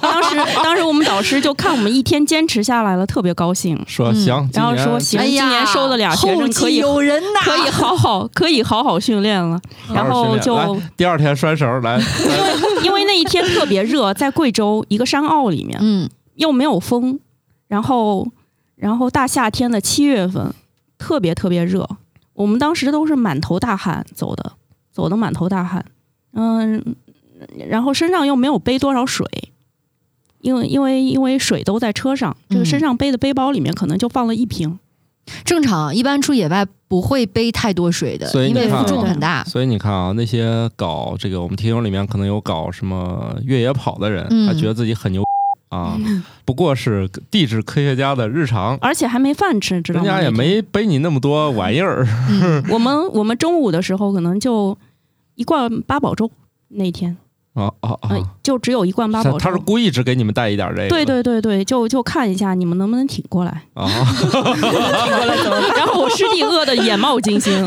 [SPEAKER 4] 当时当时我们导师就看我们一天坚持下来了，特别高兴，
[SPEAKER 1] 说
[SPEAKER 2] 嗯
[SPEAKER 1] 行，今
[SPEAKER 4] 然后
[SPEAKER 1] 年
[SPEAKER 4] 说行，
[SPEAKER 2] 哎
[SPEAKER 4] 今
[SPEAKER 2] 呀，
[SPEAKER 4] 年收的俩学
[SPEAKER 2] 后
[SPEAKER 4] 生可
[SPEAKER 2] 继
[SPEAKER 4] 以
[SPEAKER 2] 有人呐，
[SPEAKER 4] 可以好好可以好好训练了。然后就
[SPEAKER 1] 来第二天拴绳儿来，来
[SPEAKER 4] 因为那一天特别热，在贵州一个山坳里面，
[SPEAKER 2] 嗯，
[SPEAKER 4] 又没有风，然后然后大夏天的七月份，特别特别热，我们当时都是满头大汗走的，走的满头大汗，嗯，然后身上又没有背多少水。因为因为因为水都在车上，这个
[SPEAKER 2] 嗯
[SPEAKER 4] 身上背的背包里面可能就放了一瓶，
[SPEAKER 2] 正常，一般出野外不会背太多水的，
[SPEAKER 1] 所以
[SPEAKER 2] 因
[SPEAKER 1] 你
[SPEAKER 2] 为
[SPEAKER 1] 看
[SPEAKER 2] 负重
[SPEAKER 4] 啊
[SPEAKER 2] 很大。
[SPEAKER 1] 所以你看啊，那些搞这个，我们听友里面可能有搞什么越野跑的人，
[SPEAKER 2] 嗯
[SPEAKER 1] 他觉得自己很牛，啊，
[SPEAKER 4] 嗯
[SPEAKER 1] 不过是地质科学家的日常，
[SPEAKER 4] 而且还没饭吃，知道
[SPEAKER 1] 人
[SPEAKER 4] 吗？
[SPEAKER 1] 家也没背你那么多玩意 儿。
[SPEAKER 2] 嗯
[SPEAKER 4] 我们我们中午的时候可能就一罐八宝粥那天，
[SPEAKER 1] 啊啊
[SPEAKER 4] 呃
[SPEAKER 1] 啊！
[SPEAKER 4] 就只有一罐八
[SPEAKER 1] 他
[SPEAKER 4] 宝
[SPEAKER 1] 他是
[SPEAKER 4] 粥。
[SPEAKER 1] 故意只给你们带一点这个，
[SPEAKER 4] 对对对对，就就看一下你们能不能挺过来。
[SPEAKER 1] 啊，
[SPEAKER 4] 然后我师弟饿得眼冒金星。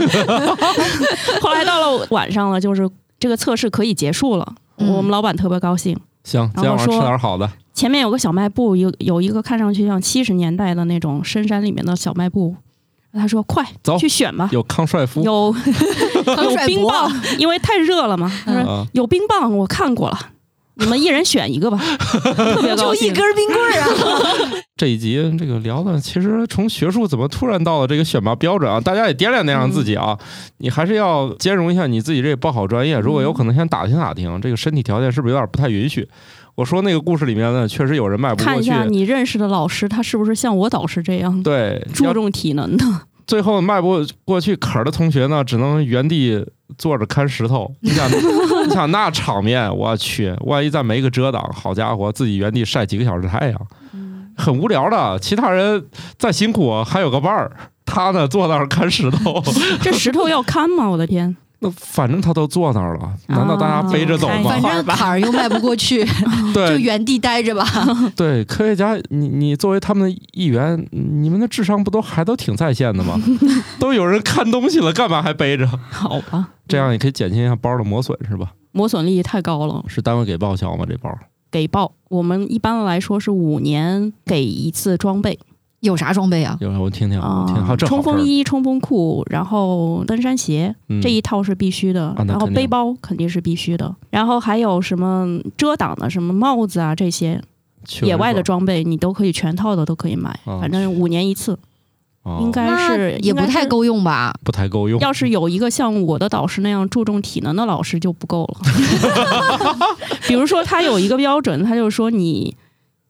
[SPEAKER 4] 后来到了晚上了，就是这个测试可以结束了，
[SPEAKER 2] 嗯
[SPEAKER 4] 我们老板特别高兴。
[SPEAKER 1] 行，今
[SPEAKER 4] 后
[SPEAKER 1] 天晚上吃
[SPEAKER 4] 说
[SPEAKER 1] 点 好的，
[SPEAKER 4] 前面有个小卖部，有有一个看上去像七十年代的那种深山里面的小卖部，他说：“快
[SPEAKER 1] 走
[SPEAKER 4] 去选吧，
[SPEAKER 1] 有康帅夫
[SPEAKER 4] 有
[SPEAKER 2] 康
[SPEAKER 4] 有
[SPEAKER 2] 帅
[SPEAKER 4] 冰
[SPEAKER 2] 伯
[SPEAKER 4] 棒，因为太热了嘛。”他
[SPEAKER 2] 嗯
[SPEAKER 4] 说：“
[SPEAKER 1] 啊，
[SPEAKER 4] 有冰棒，我看过了，你们一人选一个吧。”特别高
[SPEAKER 2] 就一
[SPEAKER 4] 兴。
[SPEAKER 2] 根冰棍儿 啊！
[SPEAKER 1] 这一集这个聊的，其实从学术怎么突然到了这个选拔标准啊？大家也掂量掂量自己啊，
[SPEAKER 4] 嗯
[SPEAKER 1] 你还是要兼容一下你自己这不好专业。如果有可能，先打听打听这个身体条件是不是有点不太允许。我说那个故事里面呢，确实有人迈不
[SPEAKER 4] 看
[SPEAKER 1] 过
[SPEAKER 4] 一
[SPEAKER 1] 去，
[SPEAKER 4] 下你认识的老师，他是不是像我导师这样
[SPEAKER 1] 对，
[SPEAKER 4] 注
[SPEAKER 1] 要
[SPEAKER 4] 重体能的？
[SPEAKER 1] 最后迈不过去坎儿的同学呢，只能原地坐着看石头。你想，你想那场面，我去，万一再没个遮挡，好家伙，自己原地晒几个小时太阳，很无聊的。其他人再辛苦还有个伴儿，他呢坐那儿看石头，
[SPEAKER 4] 这石头要看吗？我的天！
[SPEAKER 1] 那反正他都坐那儿了，难道大家背着走
[SPEAKER 4] 哦
[SPEAKER 1] 吗？
[SPEAKER 2] 哎反正坎儿又迈不过去，就
[SPEAKER 1] 对
[SPEAKER 2] 原地待 着吧。
[SPEAKER 1] 对，科学家，你你作为他们的一员，你们的智商不都还都挺在线的吗？都有人看东西了，干嘛还背着？
[SPEAKER 4] 好吧，
[SPEAKER 1] 这样也可以减轻一下包的磨损，是吧？
[SPEAKER 4] 磨损力太高了，
[SPEAKER 1] 嗯是单位给报销吗？这包
[SPEAKER 4] 给报。我们一般来说是五年给一次装备
[SPEAKER 2] 有啥装备啊？
[SPEAKER 1] 有我听听，
[SPEAKER 4] 啊
[SPEAKER 1] 我听，还有，这嗯好
[SPEAKER 4] 冲
[SPEAKER 1] 事儿
[SPEAKER 4] 锋衣、冲锋裤，然后登山鞋
[SPEAKER 1] 嗯啊
[SPEAKER 4] 这一套是必须的
[SPEAKER 1] 那，
[SPEAKER 4] 然后
[SPEAKER 1] 肯定
[SPEAKER 4] 背包肯定是必须的，然后还有什么遮挡的、什么帽子啊这些
[SPEAKER 1] 确实
[SPEAKER 4] 野外的
[SPEAKER 1] 是
[SPEAKER 4] 装备，你都可以全套的都可以买
[SPEAKER 1] 啊，
[SPEAKER 4] 反正五年一次，
[SPEAKER 1] 哦
[SPEAKER 4] 应该是
[SPEAKER 2] 那也不太。
[SPEAKER 4] 应该是
[SPEAKER 2] 够用吧？
[SPEAKER 1] 不太够用。
[SPEAKER 4] 要是有一个像我的导师那样注重体能的老师就不够了。 比如说，他有一个标准，他就说你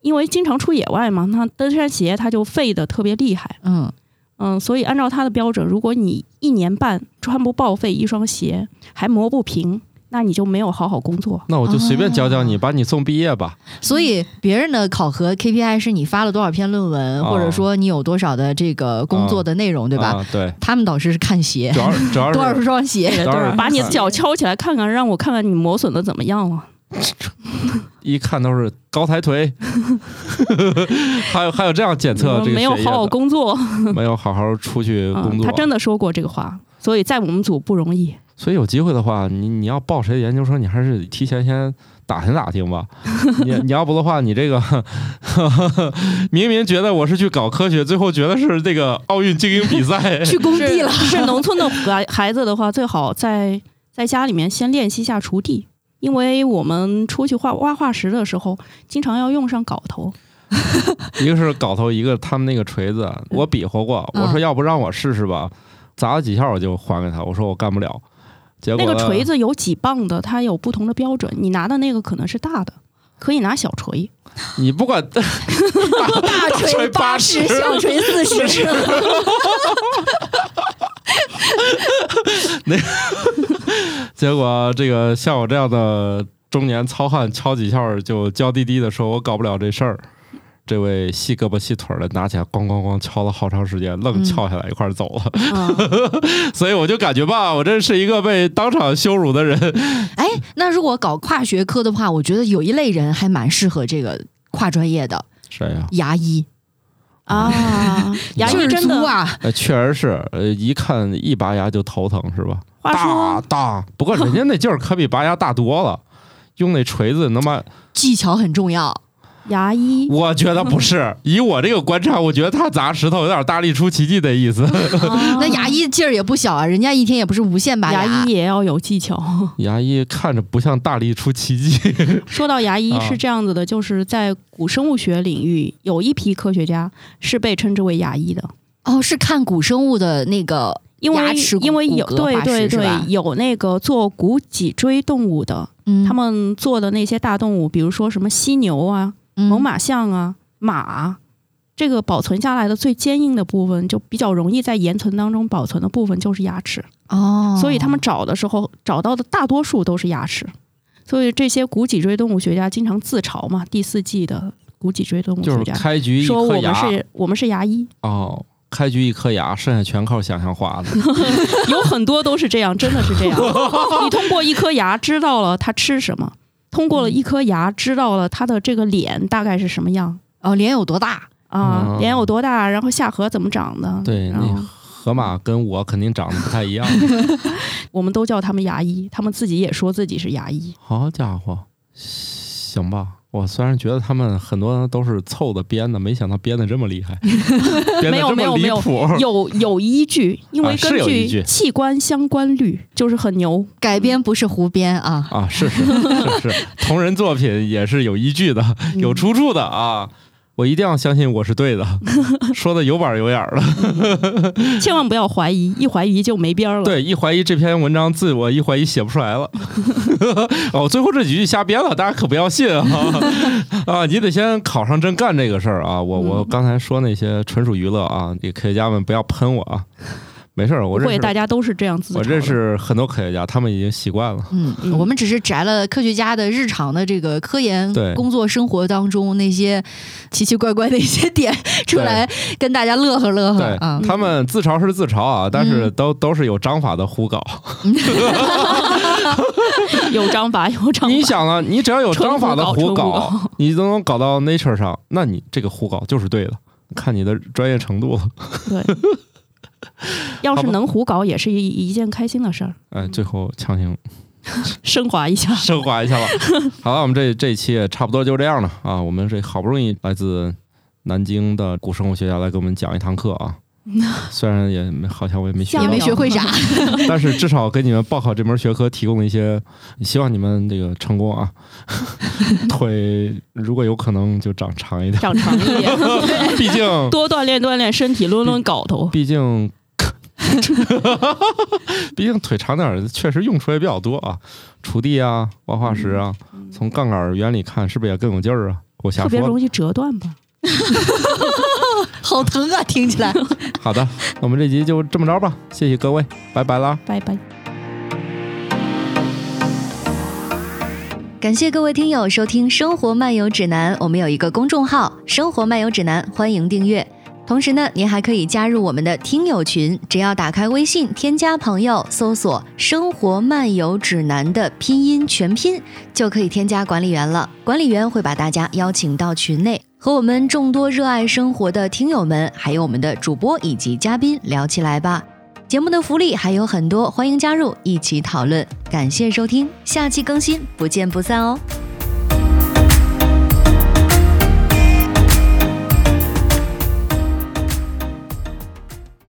[SPEAKER 4] 因为经常出野外嘛，那登山鞋它就废的特别厉害。
[SPEAKER 2] 嗯，
[SPEAKER 4] 嗯，所以按照他的标准，如果你一年半穿不报废一双鞋，还磨不平，那你就没有好好工作。
[SPEAKER 1] 那我就随便教教
[SPEAKER 4] 啊
[SPEAKER 1] 你，把你送毕业吧。
[SPEAKER 2] 所以别人的考核 KPI 是你发了多少篇论文，
[SPEAKER 1] 哦
[SPEAKER 2] 或者说你有多少的这个工作的内容，对吧？
[SPEAKER 1] 啊 对，
[SPEAKER 2] 他们导师是看鞋
[SPEAKER 1] 主，要主要
[SPEAKER 2] 多少
[SPEAKER 1] 是
[SPEAKER 2] 双鞋，
[SPEAKER 1] 哎当然
[SPEAKER 4] 把你的脚敲起来看看，让我看看你磨损的怎么样了。
[SPEAKER 1] 一看都是高抬 腿，还有还有这样检测这个
[SPEAKER 4] 嗯没有
[SPEAKER 1] 血液
[SPEAKER 4] 好好
[SPEAKER 1] 的
[SPEAKER 4] 工作，
[SPEAKER 1] 没有好好出去工
[SPEAKER 4] 嗯，
[SPEAKER 1] 作。
[SPEAKER 4] 他真的说过这个话，所以在我们组不容易。
[SPEAKER 1] 所以有机会的话，你你要报谁的研究生，你还是提前先打听打 听吧。你你要不的话，你这个 明明觉得我是去搞科学，最后觉得是这个奥运精英比 赛
[SPEAKER 2] 去工地了。
[SPEAKER 4] 是农 村的孩孩子的话，最好在在家里面先练习一下锄地，因为我们出去画挖化石的时候，经常要用上镐头。
[SPEAKER 1] 一个是镐头，一个他们那个锤子，我比划过，
[SPEAKER 2] 嗯
[SPEAKER 1] 我说要不让我试试吧，砸了几下我就还给他，我说我干不了。结果
[SPEAKER 4] 那
[SPEAKER 1] 呢
[SPEAKER 4] 个锤子有几磅的，它有不同的标准，你拿的那个可能是大的。可以拿小锤，
[SPEAKER 1] 你不 管大
[SPEAKER 2] 大
[SPEAKER 1] 锤八十
[SPEAKER 2] 小锤四 十，
[SPEAKER 1] 结果这个像我这样的中年糙汉敲几下儿就娇滴滴的说：“我搞不了这事儿。”这位细胳膊细腿儿的拿起来咣咣咣敲了好长时间，愣
[SPEAKER 2] 嗯
[SPEAKER 1] 撬下来一块儿走了。
[SPEAKER 2] 嗯，
[SPEAKER 1] 所以我就感觉吧，我真是一个被当场羞辱的人。
[SPEAKER 2] 哎，那如果搞跨学科的话，我觉得有一类人还蛮适合这个跨专业的
[SPEAKER 1] 谁呀、
[SPEAKER 2] 牙医，
[SPEAKER 4] 啊，牙医
[SPEAKER 2] 就是
[SPEAKER 4] 真
[SPEAKER 2] 猪
[SPEAKER 4] 的，
[SPEAKER 2] 啊，
[SPEAKER 1] 呃，确实是，呃，一看一拔牙就头疼是吧？
[SPEAKER 4] 话
[SPEAKER 1] 大
[SPEAKER 4] 说
[SPEAKER 1] 大，不过人家那劲儿可比拔牙大多了。 用那锤子，能 把
[SPEAKER 2] 技巧很重
[SPEAKER 4] 啊
[SPEAKER 2] 要。
[SPEAKER 4] 牙 医
[SPEAKER 1] 我觉得不是，以我这个观察，我觉得他砸石头有点大力出奇迹的意 思。
[SPEAKER 2] 那牙医劲儿也不小啊，人家一天也不是无限拔
[SPEAKER 4] 牙啊医也要有技巧。
[SPEAKER 1] 牙医看着不像大力出奇迹，
[SPEAKER 4] 说到牙医
[SPEAKER 1] 啊
[SPEAKER 4] 是这样子的，就是在古生物学领域，有一批科学家是被称之为牙医的。
[SPEAKER 2] 哦，是看古生物的那个
[SPEAKER 4] 因
[SPEAKER 2] 牙
[SPEAKER 4] 为
[SPEAKER 2] 齿骨
[SPEAKER 4] 因为
[SPEAKER 2] 骨
[SPEAKER 4] 有
[SPEAKER 2] 骼
[SPEAKER 4] 对
[SPEAKER 2] 化
[SPEAKER 4] 对
[SPEAKER 2] 石是
[SPEAKER 4] 对
[SPEAKER 2] 吧，
[SPEAKER 4] 有那个做骨脊椎动物的，
[SPEAKER 2] 嗯
[SPEAKER 4] 他们做的那些大动物，比如说什么犀牛啊、
[SPEAKER 2] 嗯
[SPEAKER 4] 猛，犸象啊、马，这个保存下来的最坚硬的部分，就比较容易在岩层当中保存的部分就是牙齿，
[SPEAKER 2] 嗯哦，
[SPEAKER 4] 所以他们找的时候找到的大多数都是牙齿。所以这些骨脊椎动物学家经常自嘲嘛，第四季的。古脊椎动物
[SPEAKER 1] 就是
[SPEAKER 4] 学家，
[SPEAKER 1] 开局一
[SPEAKER 4] 说
[SPEAKER 1] 颗
[SPEAKER 4] 我
[SPEAKER 1] 牙
[SPEAKER 4] 们是我们是牙医，
[SPEAKER 1] 哦，开局一颗牙，剩下全靠想象画的。
[SPEAKER 4] 有很多都是这样，真的是 这样。你通过一颗牙知道了他吃什么，通过了一颗牙知道了他的这个脸大概是什么样
[SPEAKER 2] 哦，脸有多大？
[SPEAKER 4] 啊
[SPEAKER 1] 哦，
[SPEAKER 4] 脸有多大，然后下颌怎么长的。
[SPEAKER 1] 对，
[SPEAKER 4] 然
[SPEAKER 1] 那
[SPEAKER 4] 后
[SPEAKER 1] 河马跟我肯定长得不太一 样。
[SPEAKER 4] 我们都叫他们牙医，他们自己也说自己是牙医。
[SPEAKER 1] 好家伙，行吧。我虽然觉得他们很多都是凑的编的，没想到编的这么 厉害，编的
[SPEAKER 4] 没有
[SPEAKER 1] 这么
[SPEAKER 4] 没有没
[SPEAKER 1] 离
[SPEAKER 4] 有
[SPEAKER 1] 谱。
[SPEAKER 4] 有有依据，因
[SPEAKER 1] 啊
[SPEAKER 4] 为
[SPEAKER 1] 是
[SPEAKER 4] 根
[SPEAKER 1] 有依据
[SPEAKER 4] 据器官相关率就是很牛。
[SPEAKER 2] 改编不是胡编啊，
[SPEAKER 1] 啊，是是是是，同人作品也是有依据 的，有出处的啊。我一定要相信我是对 的，说的有板有眼儿的。
[SPEAKER 4] 千万不要怀疑，一怀疑就没边儿 了。
[SPEAKER 1] 嗯对，一怀疑这篇文章自我一怀疑写不出来了。 哦，最后这几句瞎编了，大家可不要信啊！ 啊，你得先考上证干这个事儿啊！我我
[SPEAKER 4] 嗯
[SPEAKER 1] 刚才说那些纯属娱乐啊，你科学家们不要喷我啊，没事儿，我
[SPEAKER 4] 不
[SPEAKER 1] 认
[SPEAKER 4] 会，
[SPEAKER 1] 识
[SPEAKER 4] 大家都是这样自嘲的。
[SPEAKER 1] 我认识很多科学家，他们已经习惯了。
[SPEAKER 2] 嗯，
[SPEAKER 4] 嗯
[SPEAKER 2] 我们只是摘了科学家的日常的这个科研
[SPEAKER 1] 对
[SPEAKER 2] 工作生活当中那些奇奇怪怪的一些点出来，跟大家乐呵乐
[SPEAKER 4] 嗯
[SPEAKER 2] 呵
[SPEAKER 1] 对
[SPEAKER 2] 啊。
[SPEAKER 1] 他们自嘲是自嘲啊，但是都都是有章法的胡搞。
[SPEAKER 4] 有章法，有章法。
[SPEAKER 1] 你想啊，你只要有章法的胡
[SPEAKER 4] 纯胡搞
[SPEAKER 1] 搞，你都能搞到 Nature 上，那你这个胡搞就是 对的。看你的专业程度了，
[SPEAKER 4] 对，要
[SPEAKER 1] 好
[SPEAKER 4] 是
[SPEAKER 1] 吧
[SPEAKER 4] 能胡搞，也是一一件开心的事儿。
[SPEAKER 1] 哎，最后强行
[SPEAKER 4] 升华一下，
[SPEAKER 1] 升华 一下吧。好了，我们这这一期也差不多就这样了啊。我们这好不容易来自南京的古生物学家来给我们讲一堂课 啊，虽然也没好像我也没学
[SPEAKER 4] 吓
[SPEAKER 1] 到
[SPEAKER 2] 也没学会啥，
[SPEAKER 1] 但是至少给你们报考这门学科提供了一些，希望你们这个成功 啊。腿如果有可能就长长 一点，
[SPEAKER 4] 长长一点，
[SPEAKER 1] 毕竟
[SPEAKER 4] 多锻炼锻炼身体，抡抡镐头。
[SPEAKER 1] 毕竟 毕竟腿长点儿确实用处也比较多啊，锄地啊、挖化石啊，从杠杆原理看是不是也更有劲儿啊？我瞎
[SPEAKER 4] 嗯特别
[SPEAKER 1] 说了。
[SPEAKER 4] 容易折断吧？
[SPEAKER 2] 好疼啊！听 起来。
[SPEAKER 1] 好的，我们这集就这么着吧，谢谢各位，拜拜啦。
[SPEAKER 4] 拜拜。
[SPEAKER 5] 感谢各位听友收听《生活漫游指南》，我们有一个公众号《生活漫游指南》，欢迎订阅。同时呢，您还可以加入我们的听友群，只要打开微信添加朋友，搜索“生活漫游指南”的拼音全拼，就可以添加管理员了。管理员会把大家邀请到群内，和我们众多热爱生活的听友们，还有我们的主播以及嘉宾聊起来吧。节目的福利还有很多，欢迎加入一起讨论。感谢收听，下期更新，不见不散哦。